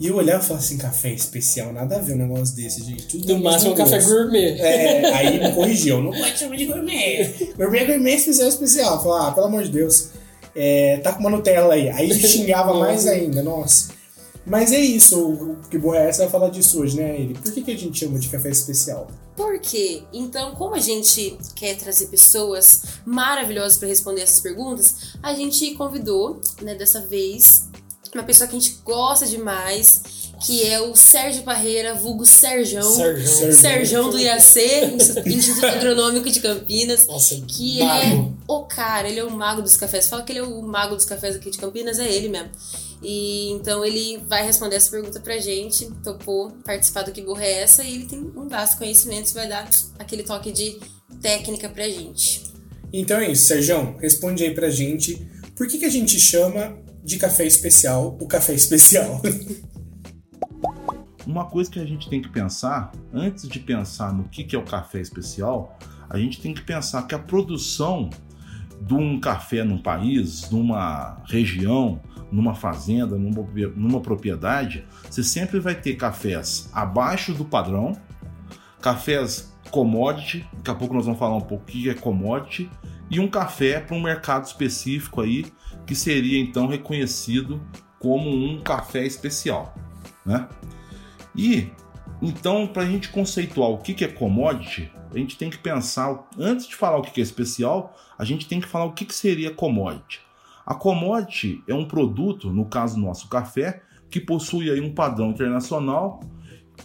E eu olhava e falava assim, café especial, nada a ver um negócio desse, gente. Tudo
No
mesmo
máximo é um café
gosto.
gourmet.
É, aí me corrigiu. Não pode chamar de gourmet. Gourmet é gourmet especial especial. Eu Falava, ah, pelo amor de Deus. É, tá com uma Nutella aí. Aí xingava mais ainda, nossa. Mas é isso, o que boa é essa vai falar disso hoje, né, ele? Por que, que a gente chama de café especial?
Por quê? Então, como a gente quer trazer pessoas maravilhosas para responder essas perguntas, a gente convidou, né, dessa vez, uma pessoa que a gente gosta demais, que é o Sérgio Parreira, vulgo Serjão.
Sérgio.
Sérgio.
Serjão do IAC, Instituto Agronômico de Campinas,
Nossa,
que
mago.
é o cara, ele é o mago dos cafés. Fala que ele é o mago dos cafés aqui de Campinas, é ele mesmo. E então ele vai responder essa pergunta pra gente, topou participar do Que Burra é Essa, e ele tem um vasto conhecimento e vai dar aquele toque de técnica pra gente.
Então é isso, Sérgio, responde aí pra gente por que, que a gente chama de café especial o café especial.
Uma coisa que a gente tem que pensar, antes de pensar no que que é o café especial, a gente tem que pensar que a produção de um café num país, numa região, numa fazenda, numa, numa propriedade, você sempre vai ter cafés abaixo do padrão, cafés commodity, daqui a pouco nós vamos falar um pouco o que é commodity, e um café para um mercado específico aí, que seria então reconhecido como um café especial, né? E então, para a gente conceituar o que que é commodity, a gente tem que pensar, antes de falar o que que é especial, a gente tem que falar o que que seria commodity. A commodity é um produto, no caso nosso, o café, que possui aí um padrão internacional,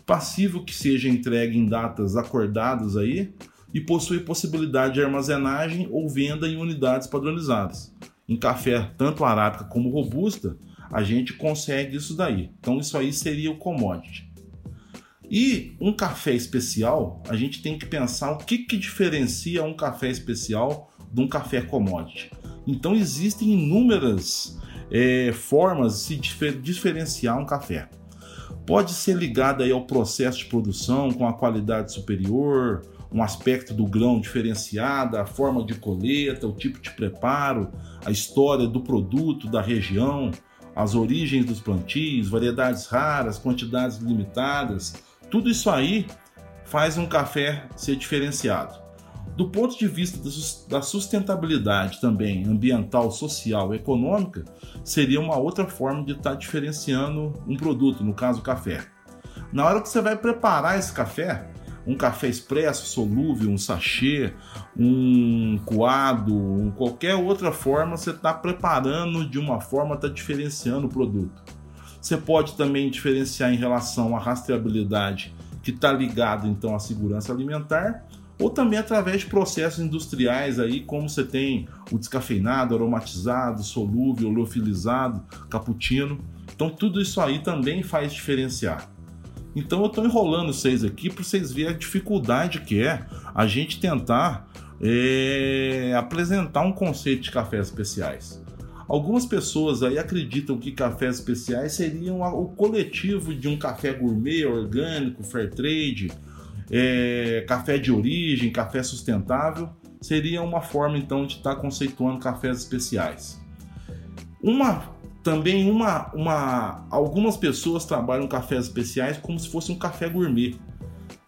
passível que seja entregue em datas acordadas aí e possui possibilidade de armazenagem ou venda em unidades padronizadas. Em café, tanto arábica como robusta, a gente consegue isso daí. Então isso aí seria o commodity. E um café especial, a gente tem que pensar o que, que diferencia um café especial de um café commodity. Então existem inúmeras eh, formas de se difer- diferenciar um café. Pode ser ligado aí ao processo de produção com a qualidade superior, um aspecto do grão diferenciado, a forma de colheita, o tipo de preparo, a história do produto, da região, as origens dos plantios, variedades raras, quantidades limitadas, tudo isso aí faz um café ser diferenciado. Do ponto de vista da sus- da sustentabilidade também, ambiental, social, econômica, seria uma outra forma de estar diferenciando um produto, no caso o café. Na hora que você vai preparar esse café, um café expresso, solúvel, um sachê, um coado, um qualquer outra forma, você está preparando de uma forma, está diferenciando o produto. Você pode também diferenciar em relação à rastreabilidade, que está ligado então à segurança alimentar, ou também através de processos industriais aí, como você tem o descafeinado, aromatizado, solúvel, oleofilizado, cappuccino. Então tudo isso aí também faz diferenciar. Então eu estou enrolando vocês aqui para vocês verem a dificuldade que é a gente tentar é, apresentar um conceito de cafés especiais. Algumas pessoas aí acreditam que cafés especiais seriam a- o coletivo de um café gourmet, orgânico, fair trade, é, café de origem, café sustentável. Seria uma forma então de estar conceituando cafés especiais. Uma também uma, uma algumas pessoas trabalham cafés especiais como se fosse um café gourmet.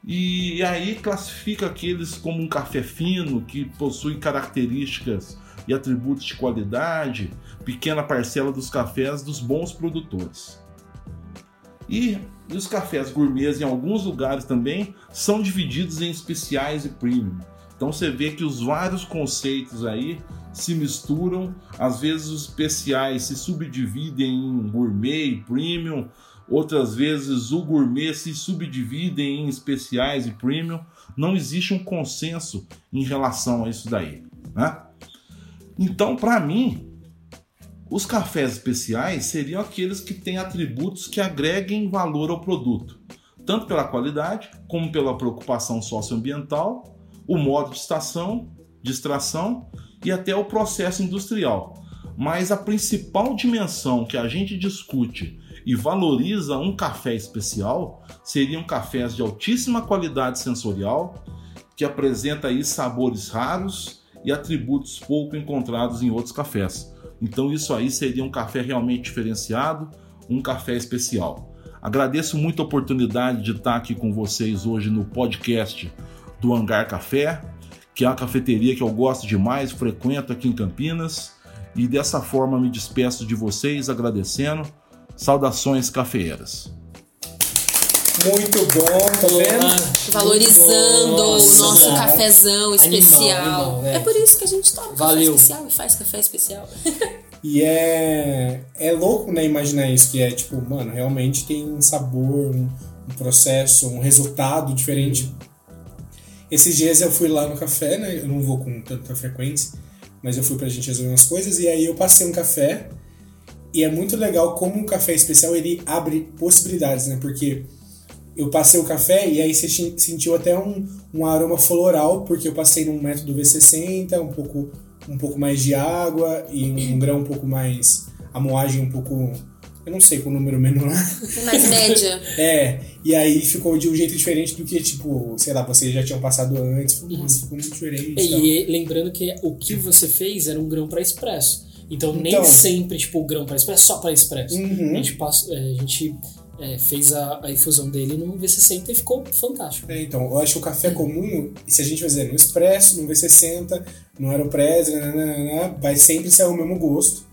E aí classifica aqueles como um café fino, que possui características e atributos de qualidade, pequena parcela dos cafés dos bons produtores. E os cafés gourmets em alguns lugares também são divididos em especiais e premium. Então você vê que os vários conceitos aí se misturam, às vezes os especiais se subdividem em gourmet e premium, outras vezes o gourmet se subdivide em especiais e premium. Não existe um consenso em relação a isso daí, né? Então, para mim, os cafés especiais seriam aqueles que têm atributos que agreguem valor ao produto, tanto pela qualidade como pela preocupação socioambiental, o modo de estação, de extração e até o processo industrial. Mas a principal dimensão que a gente discute e valoriza um café especial seriam cafés de altíssima qualidade sensorial, que apresenta aí sabores raros e atributos pouco encontrados em outros cafés. Então isso aí seria um café realmente diferenciado, um café especial. Agradeço muito a oportunidade de estar aqui com vocês hoje no podcast do Hangar Café, que é uma cafeteria que eu gosto demais, frequento aqui em Campinas, e dessa forma me despeço de vocês agradecendo. Saudações cafeeiras.
Muito bom, tá vendo?
Olá.
Valorizando o
Nossa,
nosso
né?
cafezão especial.
animal, é.
é por isso que a gente toma
Valeu.
café especial e faz café especial.
E é, é louco, né, imaginar isso, que é tipo, mano, realmente tem um sabor, um, um processo, um resultado diferente. Esses dias eu fui lá no café, né, eu não vou com tanta frequência, mas eu fui pra gente resolver umas coisas, e aí eu passei um café, e é muito legal como um café especial, ele abre possibilidades, né, porque eu passei o café e aí você sen- sentiu até um, um aroma floral, porque eu passei num método V60, um pouco, um pouco mais de água e um, grão um pouco mais. a moagem um pouco. Eu não sei com o número menor.
Mas média.
É, e aí ficou de um jeito diferente do que, tipo, sei lá, vocês já tinham passado antes. Falou, Nossa, ficou muito diferente. então.
E é,
tal.
lembrando que o que você fez era um grão para expresso. Então, nem
Então.
sempre, tipo, o grão para expresso, só para expresso. A
Uhum.
gente, passou, é, a gente é, fez a, a infusão dele no V60 e ficou fantástico.
É, então, eu acho que o café comum, se a gente fizer no Expresso, no V60, no Aeropress, né, nananana, vai sempre ser o mesmo gosto.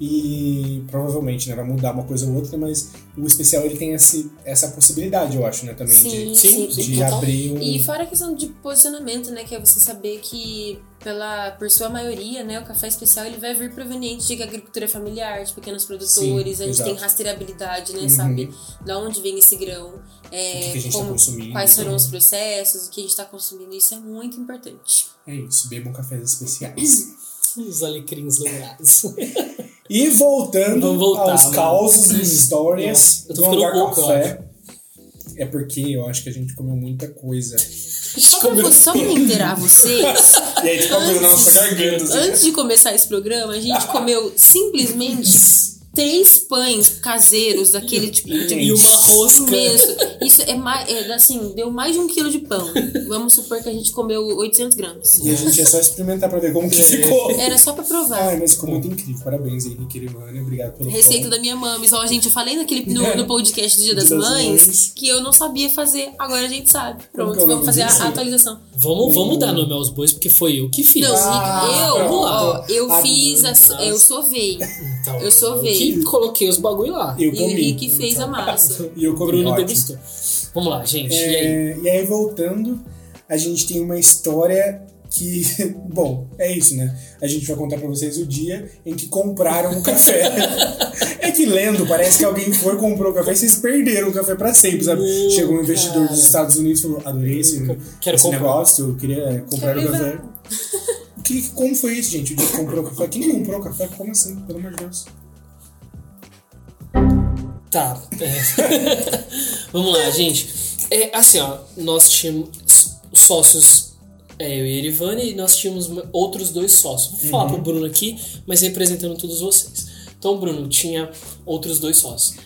E provavelmente né, vai mudar uma coisa ou outra, mas o especial ele tem esse, essa possibilidade, eu acho, né, também,
Sim,
de,
sim,
Sim,
de
sim, total.
abrir um.
E fora a questão de posicionamento, né? Que é você saber que, pela, por sua maioria, né, o café especial ele vai vir proveniente de agricultura familiar, de pequenos produtores, a gente
exato.
tem rastreabilidade, né?
Uhum.
Sabe da onde vem esse grão,
o
é,
que, que a gente está
como,
consumindo. né?
quais foram os processos, o que a gente está consumindo, isso é muito importante.
É isso, bebam cafés especiais.
Os alecrins dourados.
e voltando
Vamos voltar,
aos
mano.
causos e histórias
Nossa, eu tô
do
ficando
Hangar
louco, eu
Café. É porque eu acho que a gente comeu muita coisa.
Só pra, só pra inteirar vocês,
E aí ficou grudando na nossa garganta. assim.
antes de começar esse programa, a gente comeu simplesmente três pães caseiros daquele tipo de
E uma rosca.
imenso. Isso é mais, é, assim, deu mais de um quilo de pão. Vamos supor que a gente comeu 800 gramas.
E a gente ia só experimentar pra ver como
É.
que ficou.
Era só pra provar.
Ai, mas ficou muito incrível. Parabéns, Henrique Limani. Obrigado pelo
Receita da minha mãe. Ó, gente, eu falei naquele, no, no podcast do Dia das
É. Das
Mães
Mães.
que eu não sabia fazer. Agora a gente sabe. Pronto,
que é o
vamos
nome
fazer a,
disso?
a atualização.
Hum.
Vamos, vamos dar nome aos bois, porque foi eu que fiz.
Não,
Ah,
eu,
pronto.
ó, eu
Ah,
fiz, a, eu sovei.
Então,
eu sou veio.
que coloquei os bagulho lá.
Eu
E o
comi.
Henrique fez a massa.
E eu
O
comi.
Bruno
ótimo.
degustou. Vamos lá, gente. E aí?
É, e aí, voltando, a gente tem uma história que... Bom, é isso, né? A gente vai contar pra vocês o dia em que compraram o café. é que lendo, parece que alguém foi, comprou o café e vocês perderam o café pra sempre, sabe?
Meu,
Chegou um investidor
Hum, cara.
dos Estados Unidos e falou, adorei esse,
Quero
esse
comprar.
negócio, eu queria comprar o
Quero
café.
levar.
O Que, como foi isso, gente? O dia que comprou o café? Quem comprou o café? Como assim? Pelo amor de Deus.
Tá. é. Vamos lá, gente. É, assim, ó, nós tínhamos sócios, é, eu e a Erivane, e nós tínhamos ma- outros dois sócios. Vou
Uhum.
falar pro Bruno aqui, mas representando todos vocês. Então, o Bruno tinha outros dois sócios.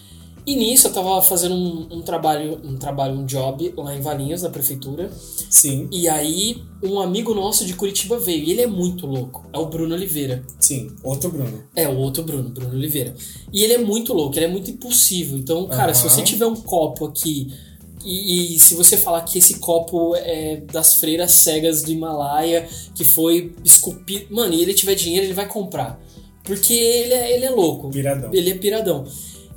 E nisso eu tava fazendo um, um trabalho, um trabalho, um job lá em Valinhos, na prefeitura.
Sim,
E aí, um amigo nosso de Curitiba veio. E ele é muito louco. É o Bruno Oliveira.
sim. Outro Bruno.
É, o outro Bruno, Bruno Oliveira. E ele é muito louco, ele é muito impulsivo. Então, cara, se
Aham.
você tiver um copo aqui e, e se você falar que esse copo é das freiras cegas do Himalaia, que foi esculpido. Mano, e ele tiver dinheiro, ele vai comprar. Porque ele é, ele é louco.
Viradão.
Ele é piradão.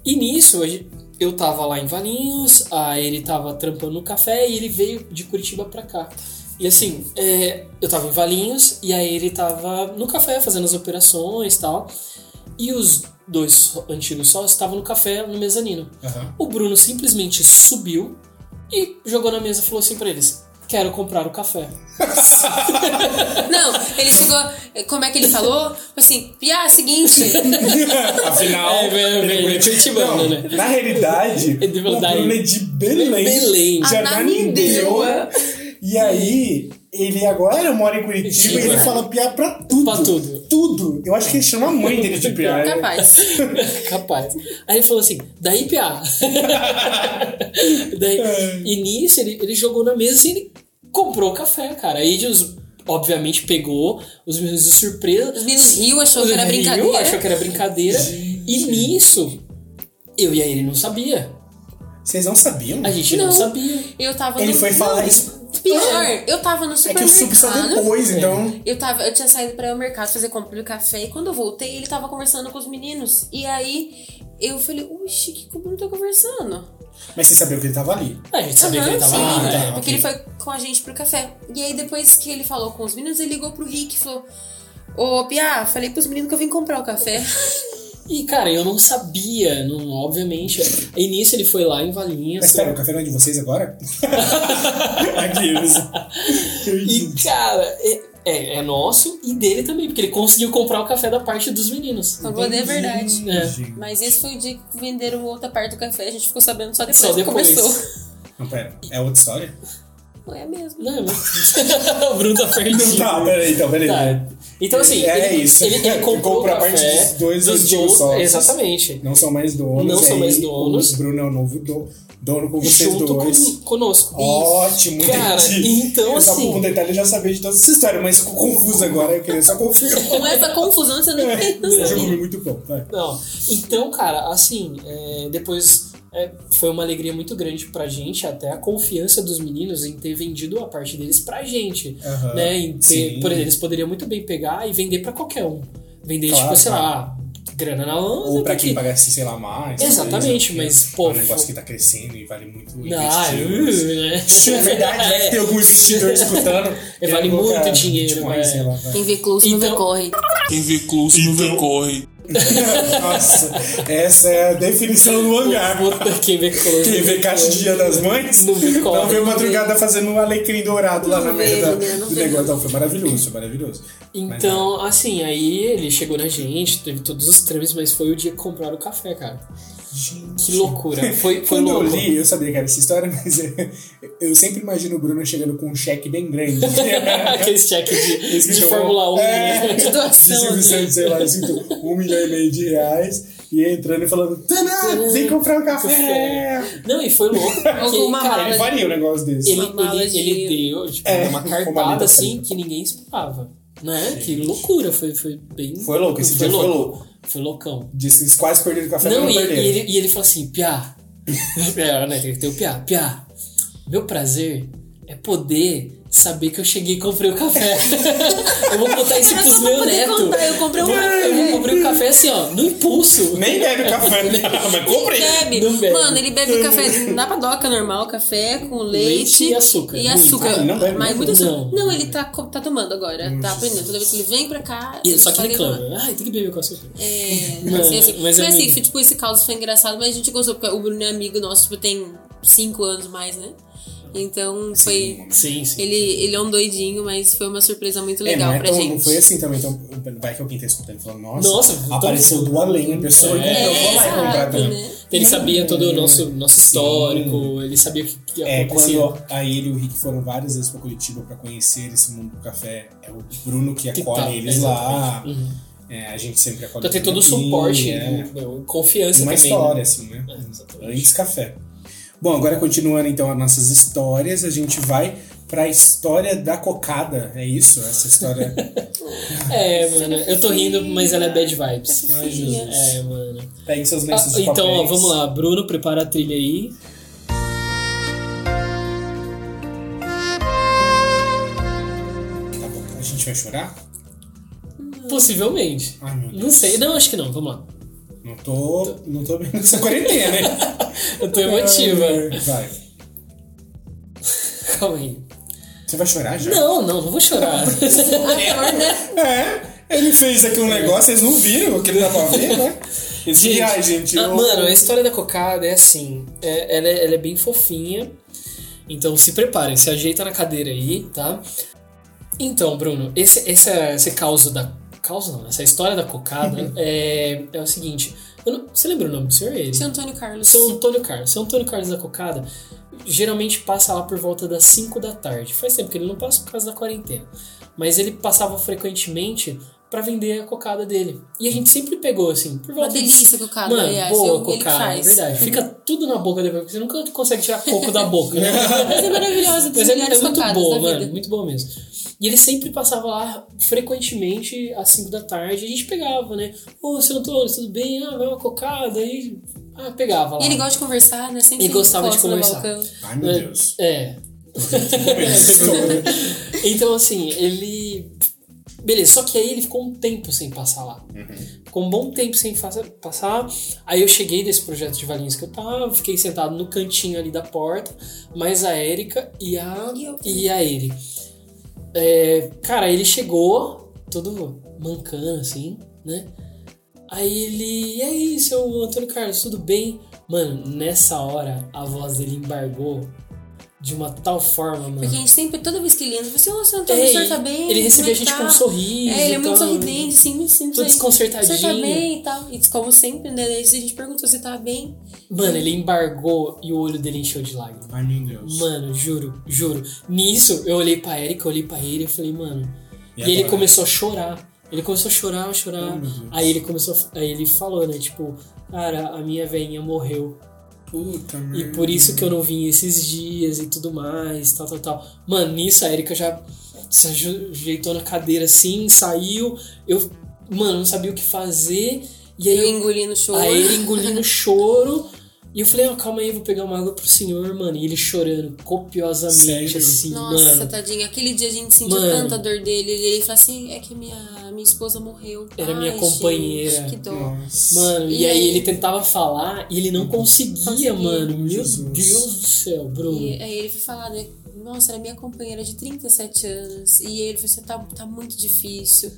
E nisso, a gen- eu tava lá em Valinhos, aí ele tava trampando no café e ele veio de Curitiba pra cá. E assim, é, eu tava em Valinhos e aí ele tava no café fazendo as operações e tal. E os dois antigos sócios estavam no café no mezanino.
Aham.
O Bruno simplesmente subiu e jogou na mesa e falou assim pra eles: Quero comprar o café.
Não, ele chegou. Como é que ele falou? Falou Assim, Pia, seguinte.
Afinal,
É, velho, velho,
ele-
Curitibano,
Não,
né?
Na realidade,
É de
o
Belém.
Bruno é de Belém,
Ah,
Belém.
de
Ananindeua.
Ananindeua. E aí, ele agora mora em Curitiba e ele
Curitiba.
fala piá pra tudo.
Pra tudo.
Tudo. Eu acho que ele chama a mãe dele de piá.
Capaz.
Capaz. Aí ele falou assim, daí piá. daí, e nisso ele, ele jogou na mesa e ele comprou o café, cara. Aí eles, obviamente, pegou os meninos de surpresa.
Os meninos riu, achou que era
Riu,
brincadeira.
Achou que era brincadeira. E nisso, eu e a ele não sabia.
Vocês não sabiam?
A gente não,
Não.
sabia.
Eu tava
Ele
no-
foi
não,
falar isso.
Pior, eu tava no
É que eu soube só
supermercado.
É.
depois, então.
Eu, tava, eu tinha saído para o mercado fazer compra do café e quando eu voltei, ele tava conversando com os meninos. E aí eu falei, uxi, que que o Bruno tá conversando?
Mas você sabia que ele tava ali.
A gente sabia que ele tava
Aham,
lá,
sim, então,
né?
tá,
Porque
ok.
ele foi com a gente pro café. E aí depois que ele falou com os meninos, ele ligou pro Rick e falou: Ô, Pia, falei pros meninos que eu vim comprar o café.
E, cara, eu não sabia, não, obviamente. E nisso ele foi lá em Valinhas.
Mas espera, o café não é de vocês agora? Aqueles.
E, cara, é, é, é nosso e dele também, porque ele conseguiu comprar o café da parte dos meninos.
Então, vou é verdade.
Entendi.
É.
Mas esse foi o dia que venderam outra parte do café, a gente ficou sabendo só depois,
Só depois.
que começou.
Não, pera. É outra história?
Não é mesmo.
Não, mas... o Bruno tá perdido.
Tá, peraí, então, peraí.
Tá. Então, assim,
É
ele,
isso.
ele, ele comprou
Compra
o
a
café
parte dos dois
dos
antigos
dois-
sócios.
Exatamente.
Não são mais donos.
Não são
aí
mais donos.
O Bruno é o novo do- dono com vocês
Junto
dois.
com, conosco.
Ótimo,
Cara,
entendi.
então,
eu tava
assim-
com um detalhe eu já sabia de toda essa história, mas ficou confuso agora, eu queria só confirmar.
Com essa confusão, você
É,
nem fez na
Esse
sua
jogo foi
vida.
muito bom, vai.
Não. Então, cara, assim, é, depois é, foi uma alegria muito grande pra gente, até a confiança dos meninos em ter vendido a parte deles pra gente.
Aham,
né? Em ter,
sim.
por exemplo, eles poderiam muito bem pegar e vender pra qualquer um. Vender,
Claro,
tipo, sei
claro.
lá, grana na lã.
Ou pra quem pagasse, sei lá, mais.
Exatamente,
talvez,
mas, pô,
É um negócio
foi-
que tá crescendo e vale muito
Não,
investir.
uh, né?
Se é verdade, vai que tem algum investidor escutando.
É, vale
Eu vou
muito
colocar
dinheiro,
Bitcoin,
é.
sei lá, vai.
Quem vê close não vê
Então-
corre.
Quem vê close não vê corre.
Então- Nossa, essa é a definição do hangar.
Puta, quem vê close,
Quem vê caixa de dia das mães,
Não vê cobra.
não vê madrugada fazendo um alecrim dourado lá na
Não vê,
merda
menina, não
do
vê.
negócio. Não, foi maravilhoso, foi maravilhoso. Mas, né,
Então, assim, aí ele chegou na gente, teve todos os trâmites, mas foi o dia que compraram o café, cara.
gente,
Que loucura. Foi, foi
Quando eu
louco.
li, eu sabia que era essa história, mas eu sempre imagino o Bruno chegando com um cheque bem grande.
Aqueles cheque de,
Esse
de
que eu-
Fórmula 1.
É.
né?
De
De
doação.
Silvio Santos, sei lá, assim, um milhão e meio de reais. E entrando e falando, Tanã, vem comprar um café!
Não, e foi louco. porque,
Alguma
cara,
Ele
mala
varia um negócio desse.
ele,
Uma mala
ele, ele
de-
deu tipo,
É,
uma
uma maleta
cartada assim
preta.
que ninguém esperava. Né? Que loucura, foi, foi bem.
Foi louco, esse
foi
dia foi
louco.
louco. um
Foi loucão.
Disse eles quase perderam o café,
não,
mas
e,
não
e
perderam.
ele, e ele falou assim: Piá. é, né? Tem que ter o Piá. Piá, meu prazer é poder saber que eu cheguei e comprei o café. eu vou contar isso
Era
pros
É só pra
meus
poder
netos.
contar, eu comprei um
vou- Eu
café.
vou comprei o café assim, ó, no impulso.
Nem bebe o café, né? mas comprei.
Bebe.
Não é bebe.
Mano, ele bebe café na padoca normal, café com leite,
Leite e açúcar.
E
Muito.
açúcar.
Ah, não bebe
mas
mesmo?
muito açúcar.
Não.
Não, ele tá, co- tá tomando agora. Tá aprendendo. Toda vez que ele vem pra cá.
E- Só que ele
fala,
clama. Ai, tem que beber com açúcar.
É,
Não,
assim, assim.
mas
Mas,
é
assim,
muito.
foi, tipo, esse caos foi engraçado, mas a gente gostou, porque o Bruno é amigo nosso, tipo, tem 5 anos mais, né? Então foi.
Sim, sim.
Ele, ele é um doidinho, mas foi uma surpresa muito
É, não
legal
é
pra
tão-
gente.
Não foi assim também, então vai que alguém tá escutando e falando, nossa,
Nossa,
apareceu
então-
do além a pessoa,
É,
então vou lá
exato,
comprar também.
né?
Ele sabia todo o nosso, nosso
É, Sim.
histórico, ele sabia o que, que
É,
acontecia.
quando a ele e o Rick foram várias vezes pra Curitiba pra conhecer esse mundo do café, é o Bruno que
Que
acolhe
tá,
eles lá,
exatamente. Uhum.
é, a gente sempre acolhe
Então tem
ele
todo o
aqui,
suporte,
é.
né,
E
confiança
uma
também.
história,
né?
assim, né?
É, exatamente.
Antes café. Bom, agora continuando então as nossas histórias, a gente vai pra história da cocada, é isso? Essa história.
É, mano, eu tô rindo, mas ela é bad vibes.
Ai, Jesus.
É, mano.
Peguem seus
Ah,
lenços de
então, ó,
papéis.
vamos lá, Bruno, prepara a trilha aí.
Tá bom, a gente vai chorar?
Possivelmente.
Ai, meu Deus.
Não sei, não, acho que não, vamos lá.
Não tô, não tô bem nessa quarentena, né? hein?
Eu tô emotiva.
Vai.
Calma aí.
Você vai chorar já?
Não, não, não vou chorar.
É, ele fez aqui um negócio, eles não viram o que ele tava vendo, né? Esse
Gente,
ai, gente,
ah,
eu-
Mano, a história da cocada é assim. é- ela, é, ela é bem fofinha. Então se preparem, se ajeita na cadeira aí, tá? Então, Bruno, esse, esse, esse caos da. Caos não, essa história da cocada é, é o seguinte. eu não- você lembra o nome do senhor? Ele?
Seu Antônio Carlos.
Seu Antônio Carlos. Seu Antônio Carlos da Cocada geralmente passa lá por volta das 5 da tarde. Faz tempo que ele não passa por causa da quarentena. Mas ele passava frequentemente pra vender a cocada dele. E a gente sempre pegou, assim, por
Uma
volta de-
delícia, cocada,
Mano,
aliás.
boa
eu, ele
cocada, é
faz.
verdade. Fica tudo na boca depois, porque você nunca consegue tirar coco da boca. né?
Mas é maravilhosa, das
Mas é,
melhores
é muito
cocadas
boa,
da
mano.
vida.
Muito boa mesmo. E ele sempre passava lá frequentemente às 5 da tarde. A gente pegava, né? Ô, seu Antônio, tudo bem? Ah, vai uma cocada. Aí, ah, pegava lá.
E ele gosta de conversar, né? Sempre
Ele gostava de
encosta no
conversar. Uhum.
balcão.
Ai, meu Deus.
É. então, assim, ele. Beleza, só que aí ele ficou um tempo sem passar lá. Ficou um bom tempo sem faça- passar. Aí eu cheguei desse projeto de valinhas que eu tava, fiquei sentado no cantinho ali da porta, mais a Érica e a.
E eu.
E a ele. É, cara, ele chegou, todo mancando assim, né? Aí ele. E aí, seu Antônio Carlos, tudo bem? Mano, nessa hora a voz dele embargou de uma tal forma, mano.
Porque a gente sempre, toda vez que ele entra, você, ô, seu Antônio, o
É,
senhor tá bem?
ele recebia a gente com
Como
um
é que tá?"
sorriso.
É, ele é muito
então,
sorridente, assim, muito simples.
Todo
aí, "O
desconcertadinho.
senhor tá bem e tal. E como sempre, né? daí A gente perguntou se tá bem.
Mano, ele embargou e o olho dele encheu de lágrimas.
Ai, meu Deus.
Mano, juro, juro. Nisso, eu olhei pra Erika, eu olhei pra ele e falei, mano. E, ele
agora?
começou a chorar. Ele começou a chorar, a chorar.
Ai, meu Deus.
aí ele começou. a- Aí ele falou, né? Tipo, cara, a minha veinha morreu.
Puta, merda.
E por isso que eu não vim esses dias e tudo mais, tal, tal, tal. Mano, nisso a Erika já se aju- ajeitou na cadeira assim, saiu. Eu, mano, não sabia o que fazer. E aí
Eu
eu
engoli no choro.
Aí ele engolindo o choro. E eu falei, ó, calma aí, vou pegar uma água pro senhor, mano. E ele chorando copiosamente,
Sério?
assim,
Nossa,
mano.
tadinho. Aquele dia a gente sentiu
Mano.
tanta dor dele. E ele falou assim: é que minha, minha esposa morreu.
Era
Ai,
minha companheira.
Gente, que dor.
Nossa.
Mano, e,
E
aí
aí?
ele tentava falar e ele não conseguia,
Conseguia.
mano. Meu
Uhum. Jesus.
Deus do céu, Bruno.
E aí ele foi falar, né? Nossa, era minha companheira de 37 anos. E ele falou assim: tá, tá muito difícil.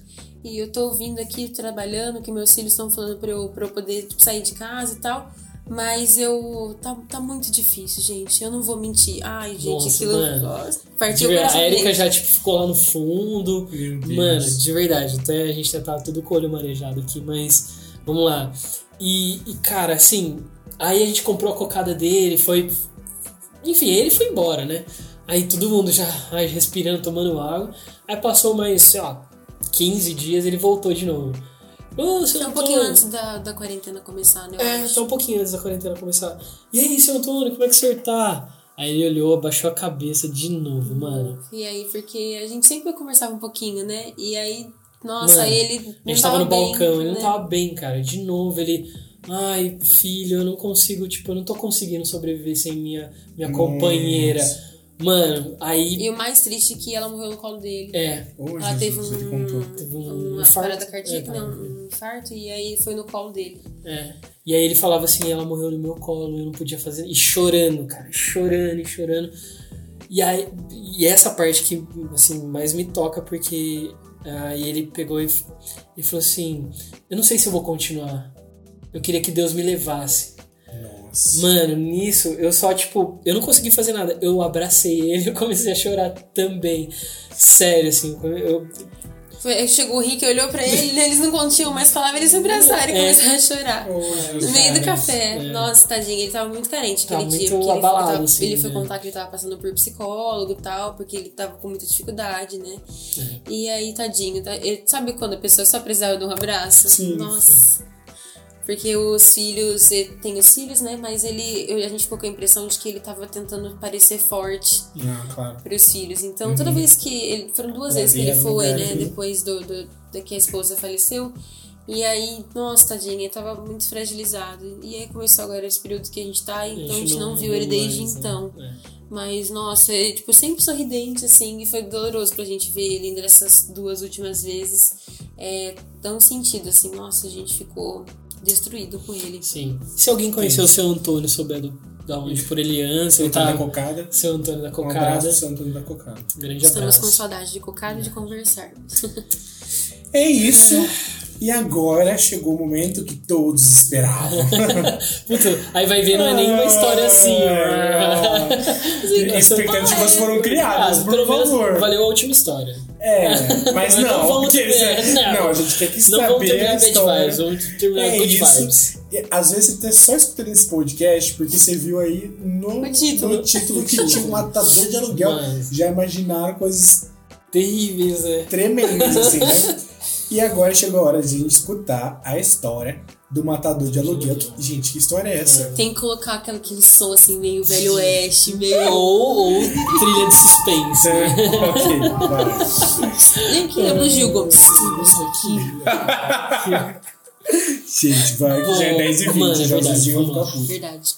E eu tô vindo aqui trabalhando, que meus filhos estão falando pra eu, pra eu poder sair de casa e tal. Mas eu. Tá, tá muito difícil, gente. Eu não vou mentir. Ai, gente,
Nossa,
aquilo.
mano.
Nossa,
De
partiu o
verdade,
coração
a
dele.
Erika já, tipo, ficou lá no fundo.
Meu Deus.
Mano, de verdade, até a gente já tá tudo com o olho marejado aqui, mas vamos lá. E, e, cara, assim, aí a gente comprou a cocada dele, foi. Enfim, ele foi embora, né? Aí todo mundo já ai, respirando, tomando água. Aí passou mais, sei lá, 15 dias, ele voltou de novo. Ô,
Foi
seu
um
Antônio.
pouquinho antes da, da quarentena começar, né? eu
É,
acho.
só um pouquinho antes da quarentena começar. E aí, seu Antônio, como é que o senhor tá? Aí ele olhou, abaixou a cabeça de novo, mano.
E aí, porque a gente sempre conversava um pouquinho, né? E aí, nossa,
Mano,
ele. Não
A gente tava, no
bem,
balcão, ele
né?
não tava bem, cara. De novo, ele. Ai, filho, eu não consigo, tipo, eu não tô conseguindo sobreviver sem minha, minha
Nossa.
companheira. Mano, aí.
E o mais triste é que ela morreu no colo dele.
É,
Ô,
Ela teve
Jesus, ele contou.
um.
teve um.
Uma
infarto.
parada cardíaca,
É,
não, um infarto, e aí foi no colo dele.
É. E aí ele falava assim, ela morreu no meu colo, eu não podia fazer. E chorando, cara, chorando e chorando. E, aí, e essa parte que assim, mais me toca, porque aí ele pegou e, f- e falou assim: Eu não sei se eu vou continuar. Eu queria que Deus me levasse.
Nossa.
Mano, nisso eu só, tipo, eu não consegui fazer nada. Eu abracei ele, eu comecei a chorar também. Sério, assim, eu.
Foi- aí Chegou o Rick, olhou pra ele, né, eles não continham mais palavras, eles se abraçaram e
É.
começaram a chorar.
Ô, Jesus.
No meio do
caras,
café.
é.
Nossa, tadinho, ele tava muito carente
Tava
aquele dia.
muito
Porque ele,
abalado,
foi, tava-
assim,
ele foi
né?
contar que ele tava passando por psicólogo e tal, porque ele tava com muita dificuldade, né?
É.
E aí, tadinho, tá- ele- sabe quando a pessoa só precisava de um abraço?
Sim.
Nossa. Porque os filhos, ele tem os filhos, né? Mas ele, eu- a gente ficou com a impressão de que ele tava tentando parecer forte
Não, claro.
para os filhos. Então,
Uhum.
toda vez que ele. Foram duas
Pra
vezes que
ver
ele
a
é
foi, né?
unidade.
Depois do, do, da que a esposa faleceu. E aí, nossa, tadinho, ele tava muito fragilizado. E aí começou agora esse período que a gente tá, então a gente não, viu ele desde
mais, né?
então.
É.
Mas, nossa, é, tipo, sempre sorridente, assim, e foi doloroso pra gente ver ele nessas duas últimas vezes. É tão sentido, assim, nossa, a gente ficou destruído com ele.
Sim. um Se alguém conhecer o seu Antônio, souber do, da onde por ele anda, se ele
Antônio
tá.
da Cocada.
Seu Antônio da
Um
Cocada.
abraço, pro Santo Antônio da Cocada.
grande
Estamos com
abraço.
saudade de cocada e de conversar.
É isso. E agora chegou o momento que todos esperavam.
Puta, aí vai ver, não é nenhuma história assim. é ó.
Ah, É. Expectativas foram criadas,
Ah,
por
pelo menos
favor.
valeu a última história.
É, mas
Mas não
não.
vamos
porque-
ter- não.
não, a gente tem que
Não vamos
saber
terminar
a
bad
história.
vibes, vamos terminar
É
good
isso.
vibes.
E, Às vezes você tá só escutando esse podcast porque você viu aí no,
O título.
no título que tinha um matador de aluguel.
Mas-
Já imaginaram coisas
Terríveis, né?
tremendas, assim, né? E agora chegou a hora de a gente escutar a história do matador de aluguel. Gente, que história é essa?
Tem que colocar aquele, aquele som assim, meio velho oeste, meio.
Ou, ou trilha de suspense.
É, ok, vai.
É.
Nem que lembra do Gil Gomes.
Isso aqui.
Gente, vai, que já é 10 e 20,
Mano, é
já
verdade,
vocês vão
vamos lá.
ficar putos.
Verdade.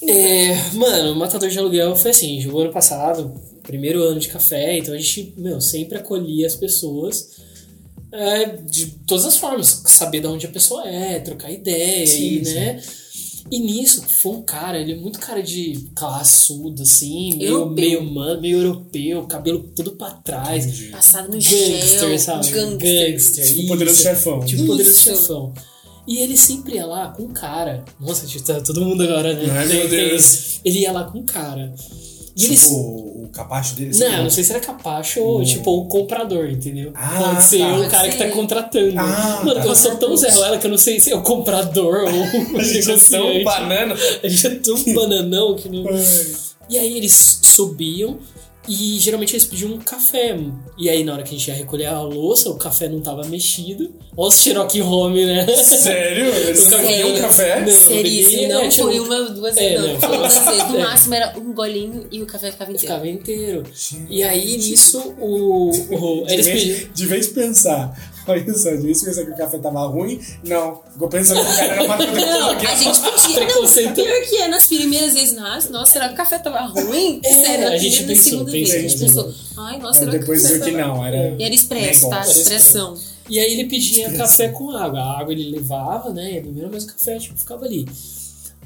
É, mano, o Matador de Aluguel foi assim, o ano passado, primeiro ano de café, então a gente, meu, sempre acolhia as pessoas é, de todas as formas, saber de onde a pessoa é, trocar ideia,
Sim,
e, né? E nisso, foi um cara, ele é muito cara de classudo, assim, meio,
Europeu.
meio humano, meio europeu, cabelo todo pra trás.
Entendi.
Passado no
Gangster,
gel.
sabe?
Gangster.
Tipo, poderoso
isso.
chefão.
Tipo poderoso
Isso.
chefão. E ele sempre ia lá com um cara. Nossa, tipo, tá todo mundo agora, né?
Ai, meu
Tem- tem
Deus.
isso. Ele ia lá com um cara. E
Tipo,
eles.
o capacho dele? assim,
Não, não sei se era capacho ou,
Hum.
tipo, o comprador, entendeu?
Ah,
pode ser
tá.
o cara que tá
Sim.
contratando.
Ah,
Mano,
tá.
eu sou tão Zé Ruela que eu não sei se é o comprador ou o
A gente é tão
negociante.
banana.
A gente é tão bananão que não. E aí eles subiam e geralmente eles pediam um café. E aí na hora que a gente ia recolher a louça, o café não tava mexido. Olha os Cherokee Home, né?
Sério? Eles não bebiam
Sério?
café?
Não.
Seríssimo, assim, não
É, tipo,
foi uma, duas
é,
vezes,
não.
não. Foi duas vezes. No
É.
máximo era um golinho e o café ficava inteiro.
Ficava inteiro. E aí nisso o. o-
De
eles pediam.
vez, de vez pensar. Olha só, de vez pensar que o café tava ruim, não. Ficou pensando que o cara era uma coisa que
A gente pedia.
Preconceito.
Não, pior que é, nas primeiras vezes, nossa, nossa, será que o café tava ruim?
É,
será?
a gente
Na
pensou,
segunda vez,
pensou, né?
a gente
pensou.
pensou, ai, nossa,
Mas
será
depois
que o
dizer
café
que
tava
não, era.
E era expresso, tá?
Negócio.
Expressão.
E aí ele pedia café com água. A água ele levava, né? Ele bebia, mas o café tipo, ficava ali.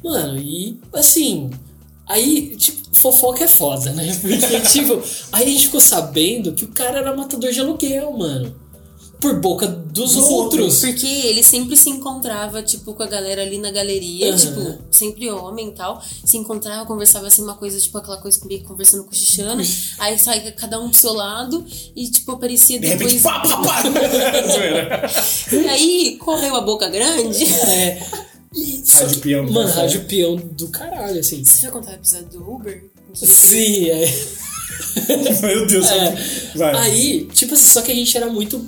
Mano, e assim. Aí, tipo, fofoca é foda, né? Porque, tipo, aí a gente ficou sabendo que o cara era matador de aluguel, mano. Por boca dos
Dos
outros.
Porque ele sempre se encontrava, tipo, com a galera ali na galeria,
Aham.
tipo, sempre homem e tal. Se encontrava, conversava assim, uma coisa, tipo, aquela coisa meio que conversando, cochichando.
Uhum.
aí saía cada um pro seu lado e, tipo, aparecia
De repente,
depois.
pá, pá, pá! Zoeira.
E aí correu a boca grande.
É. E, só
Rádio
que-
peão do
Mano,
café.
rádio peão do caralho, assim.
Você já contou o episódio do Uber?
Sim, é.
Meu Deus,
É.
vai.
Aí, tipo assim, só que a gente era muito.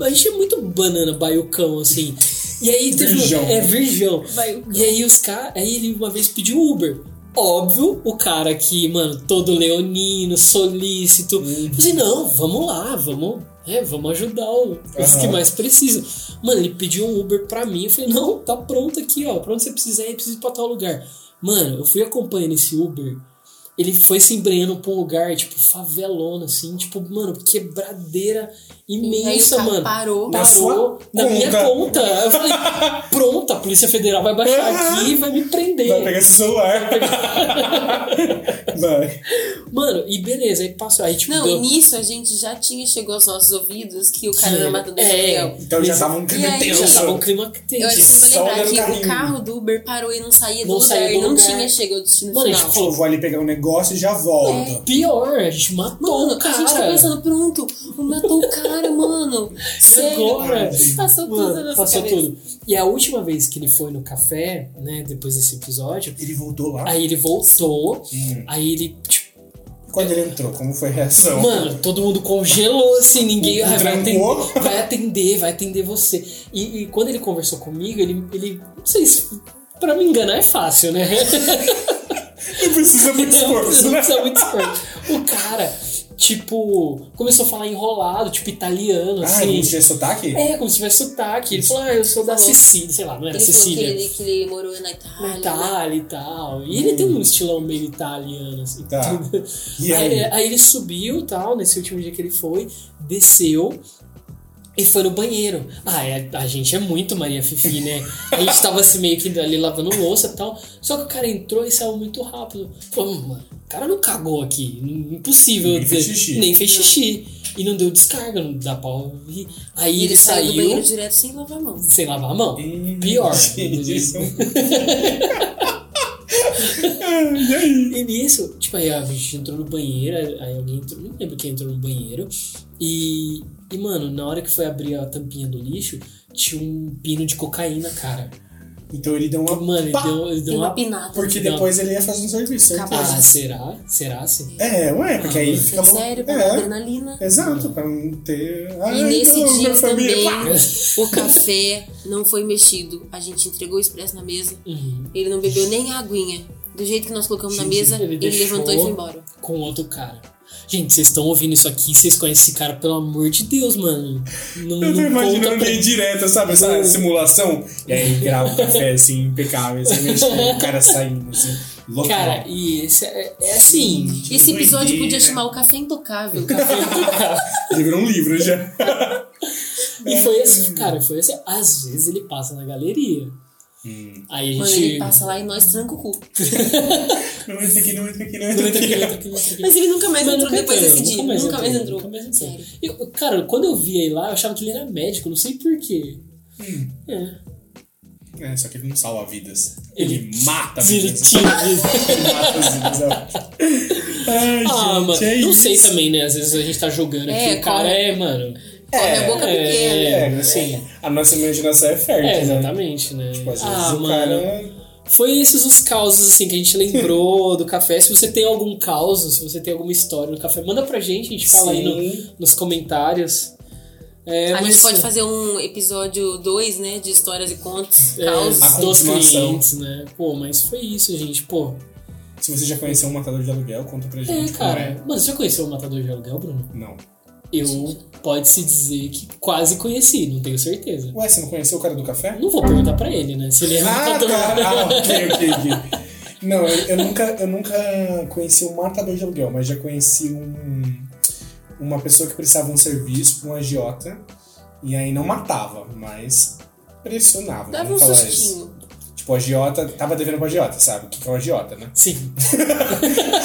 A gente é muito banana, baiucão, assim. E aí teve.
Virgão.
É, virgão.
Baiucão.
E aí os caras. Aí ele uma vez pediu Uber. Óbvio, o cara que, mano, todo leonino, solícito. Falei assim, não, vamos lá, vamos. É, vamos ajudar o, os
Aham.
que mais precisam. Mano, ele pediu um Uber pra mim. Eu falei, não, tá pronto aqui, ó. Pra onde você precisa ir, preciso ir pra tal lugar. Mano, eu fui acompanhando esse Uber. Ele foi se embrenhando pra um lugar, tipo, favelona, assim, tipo, mano, quebradeira
E aí o
imensa,
cara
mano.
parou.
Na
Parou
sua
na minha
conta.
conta. Eu falei, pronto, a Polícia Federal vai baixar aqui e vai me prender.
Vai pegar esse celular. Vai.
Mano, e beleza, aí passou. Aí, tipo,
Não,
deu-
e nisso a gente já tinha, chegou aos nossos ouvidos, que o cara
Que-
era matador de
é.
aluguel.
Então já
Mas-
tava um
E
clima
aí,
já
tenso.
tava um clima
Eu acho que
tenso.
eu vou
Só
lembrar
olhando o
que
carrinho.
o carro do Uber parou e não saía do
Não
lugar,
saía do
não
lugar.
tinha chegado ao destino
Mano, a gente
final.
Falou, vou ali pegar um negócio e já volto.
Pior, a gente matou
Mano,
o cara.
a gente tá pensando, pronto, matou o cara, mano. Sério,
agora?
passou tudo na
Mano,
nossa
passou
cabeça.
tudo. E a última vez que ele foi no café, né, depois desse episódio,
Ele voltou lá.
É. aí ele voltou,
Hum.
aí ele, tipo,
Quando ele entrou, como foi a reação?
mano, todo mundo congelou, assim, ninguém
Um
"Ai, vai
trancou."
atender, vai atender, vai atender você. E, e quando ele conversou comigo, ele, ele, não sei se, pra me enganar é fácil, né?
Não precisa é muito
Não,
esforço,
não
né?
precisa muito esforço. O cara, tipo, começou a falar enrolado, tipo italiano,
Ah,
assim.
não tinha sotaque?
É, como se tivesse sotaque. Ele falou, ah, eu sou da
Falou.
Sicília, sei lá, não era
Ele falou que
Sicília.
ele, Hum. que ele morou na Itália. né?
Na Itália e tal. E ele tem um estilão meio italiano, assim.
Tá. E
Aí,
aí?
aí ele subiu tal, nesse último dia que ele foi, desceu. E foi no banheiro. Ah, é- a gente é muito Maria Fifi, né? A gente tava assim meio que ali lavando louça e tal. Só que o cara entrou e saiu muito rápido. Falou, "Hum, mano, o cara não cagou aqui. Impossível.
Nem
eu
fez
dizer-
xixi."
Nem fez xixi. E não deu descarga, não dá pau. E aí
E
ele,
ele saiu do banheiro
saiu
direto sem lavar a mão.
sem lavar a mão. Pior.
Gente, isso é um-
E nisso, tipo, aí a gente entrou no banheiro, aí- aí alguém entrou, não lembro quem entrou no banheiro. E, e, mano, na hora que foi abrir a tampinha do lixo, tinha um pino de cocaína, cara.
Então ele deu uma.
Mano, ele
pá!
deu, ele deu
Deu uma
uma.
pinada.
Porque
Não.
depois ele ia fazer um serviço, certeza.
Capaz.
Ah, será? Será? Será?
É, ué, porque aí fica
É
louco.
sério, pra dar
é,
adrenalina.
exato, pra não ter.
É,
Ai,
E
então,
nesse
não,
dia
minha família,
também,
pá!
o café não foi mexido. A gente entregou o expresso na mesa.
Uhum.
Ele não bebeu nem a aguinha. Do jeito que nós colocamos na
Gente,
mesa,
ele
ele,
deixou-
levantou e foi embora.
Com outro cara. Gente, vocês estão ouvindo isso aqui, vocês conhecem esse cara, pelo amor de Deus, mano. Não,
Eu tô
não conta
imaginando
pra
ele direto, sabe? Essa simulação. E aí grava o café assim, impecável, assim, mexendo, o cara saindo, assim, louco.
Cara, e esse é, é assim.
Que
Esse episódio
doideira.
podia chamar o Café Intocável.
Ele virou um livro já.
E foi esse, cara, foi esse. Às vezes ele passa na galeria.
Hum.
Aí a gente.
Mano, ele passa lá e nós tranca o cu.
Não entra aqui, não entra aqui, não entra
Não entra
aqui.
aqui, não entra aqui, não entra aqui.
Mas ele nunca mais
Mas
entrou
nunca
depois
entrou,
desse dia.
nunca mais
nunca mais
entrou,
entrou.
nunca mais entrou.
Sério.
Eu- cara, quando eu via ele lá, eu achava que ele era médico, não sei porquê.
Hum.
É.
É, só que ele não salva vidas.
Ele-
Ele, mata
Ele
vidas.
tinha-
Ele mata as vidas. ó. Ai,
Ah,
gente,
mano,
é
não
isso.
sei também, né? Às vezes a gente tá jogando
É,
aqui, o cara
corre.
é, mano.
Corre a boca
é,
pequena.
É, assim, a nossa imaginação é fértil,
É,
né?
exatamente, né?
Tipo, às vezes
ah,
o
mano.
cara.
Foi esses os causos, assim, que a gente lembrou do café. Se você tem algum caos, se você tem alguma história no café, manda pra gente, a gente fala aí no-
Sim.
nos comentários. É,
a
mas-
gente pode fazer um episódio 2, né? De histórias e contos.
é,
Caos.
A
dos
continuação.
clientes, né? Pô, mas foi isso, gente. Pô,
Se você já conheceu um matador de aluguel, conta pra
é,
gente. como
cara. Mano, você já conheceu o Matador de Aluguel, Bruno?
é. Não.
Eu pode-se dizer que quase conheci, não tenho certeza.
Ué, você não conheceu o cara do café?
Não vou perguntar pra ele, né? Se ele é um
Ah,
matador.
tá. Ah, ok, ok, ok. Não, eu, eu nunca, eu nunca conheci um matador de aluguel, mas já conheci um, uma pessoa que precisava de um serviço pra um agiota. E aí não matava, mas pressionava.
Dava um
vamos falar isso.
sustinho.
Tipo, o agiota, tava devendo pro agiota, sabe? O que que é um agiota, né?
Sim.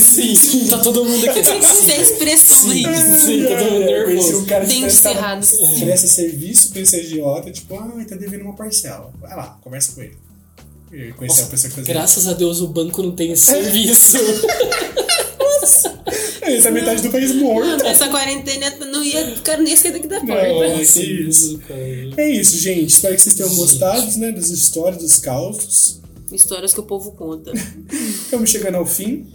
sim, sim. Tá todo mundo aqui
Sem
assim. Sim,
ter expressão
sim,
ainda.
sim, tá todo mundo
Eu conheci
nervoso.
um cara que
Dentes
prestava,
cerrados.
presta serviço pra esse agiota, tipo, ah, tá devendo uma parcela. Vai lá, conversa com ele. E conheci a pessoa que fazia
Graças a Deus o banco não tem esse serviço.
isso. Essa é metade do país morto.
Essa quarentena não ia ficar nem sair daqui da
Não,
porta.
é isso.
cara.
É isso, gente. Espero que vocês tenham
Gente.
gostado, né? Das histórias, dos causos.
Histórias que o povo conta.
Estamos chegando ao fim.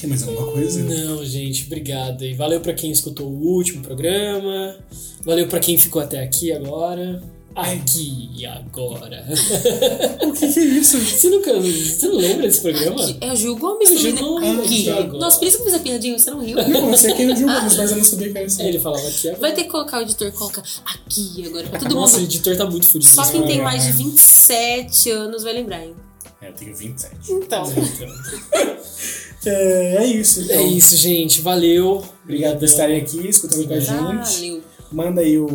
Tem mais alguma coisa?
Não, gente, obrigado. E valeu pra quem escutou o último programa. Valeu pra quem ficou até aqui agora. Aqui e agora.
O que, que é isso?
Você nunca. Você não lembra desse programa?
Que- É o Gil Gomes
É o Gil
também,
Gomes,
né? Aqui.
agora.
Nossa, por isso que eu fiz a piadinha, você não riu.
Não, eu sei quem é o Gil Gomes, mas eu não sabia que era assim.
É, ele falava aqui agora.
Vai ter que colocar o editor, coloca aqui agora. Pra todo
Nossa, o
mundo.
editor tá muito fudido.
Só quem tem
é.
mais de 27 anos vai lembrar, hein?
É, eu tenho 27.
Então.
É, é isso, então.
É isso, gente. Valeu.
Obrigado por estarem aqui, escutando com a gente.
Valeu.
Manda aí o,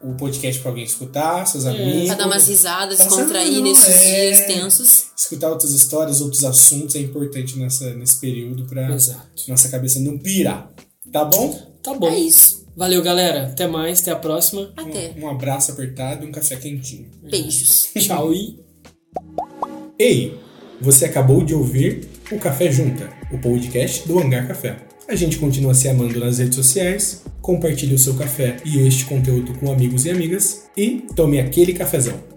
o podcast pra alguém escutar, seus amigos.
Pra dar umas risadas,
Tá
descontrair
saindo,
nesses
é.
dias tensos.
Escutar outras histórias, outros assuntos é importante nessa, nesse período pra
Exato.
nossa cabeça não pirar. Tá bom?
Tá bom.
É isso.
Valeu, galera. Até mais. Até a próxima.
Até.
Um, um abraço apertado e um café quentinho.
Beijos.
Tchau e.
um Ei, você acabou de ouvir o Café Junta, o podcast do Hangar Café. A gente continua se amando nas redes sociais, compartilhe o seu café e este conteúdo com amigos e amigas e tome aquele cafezão.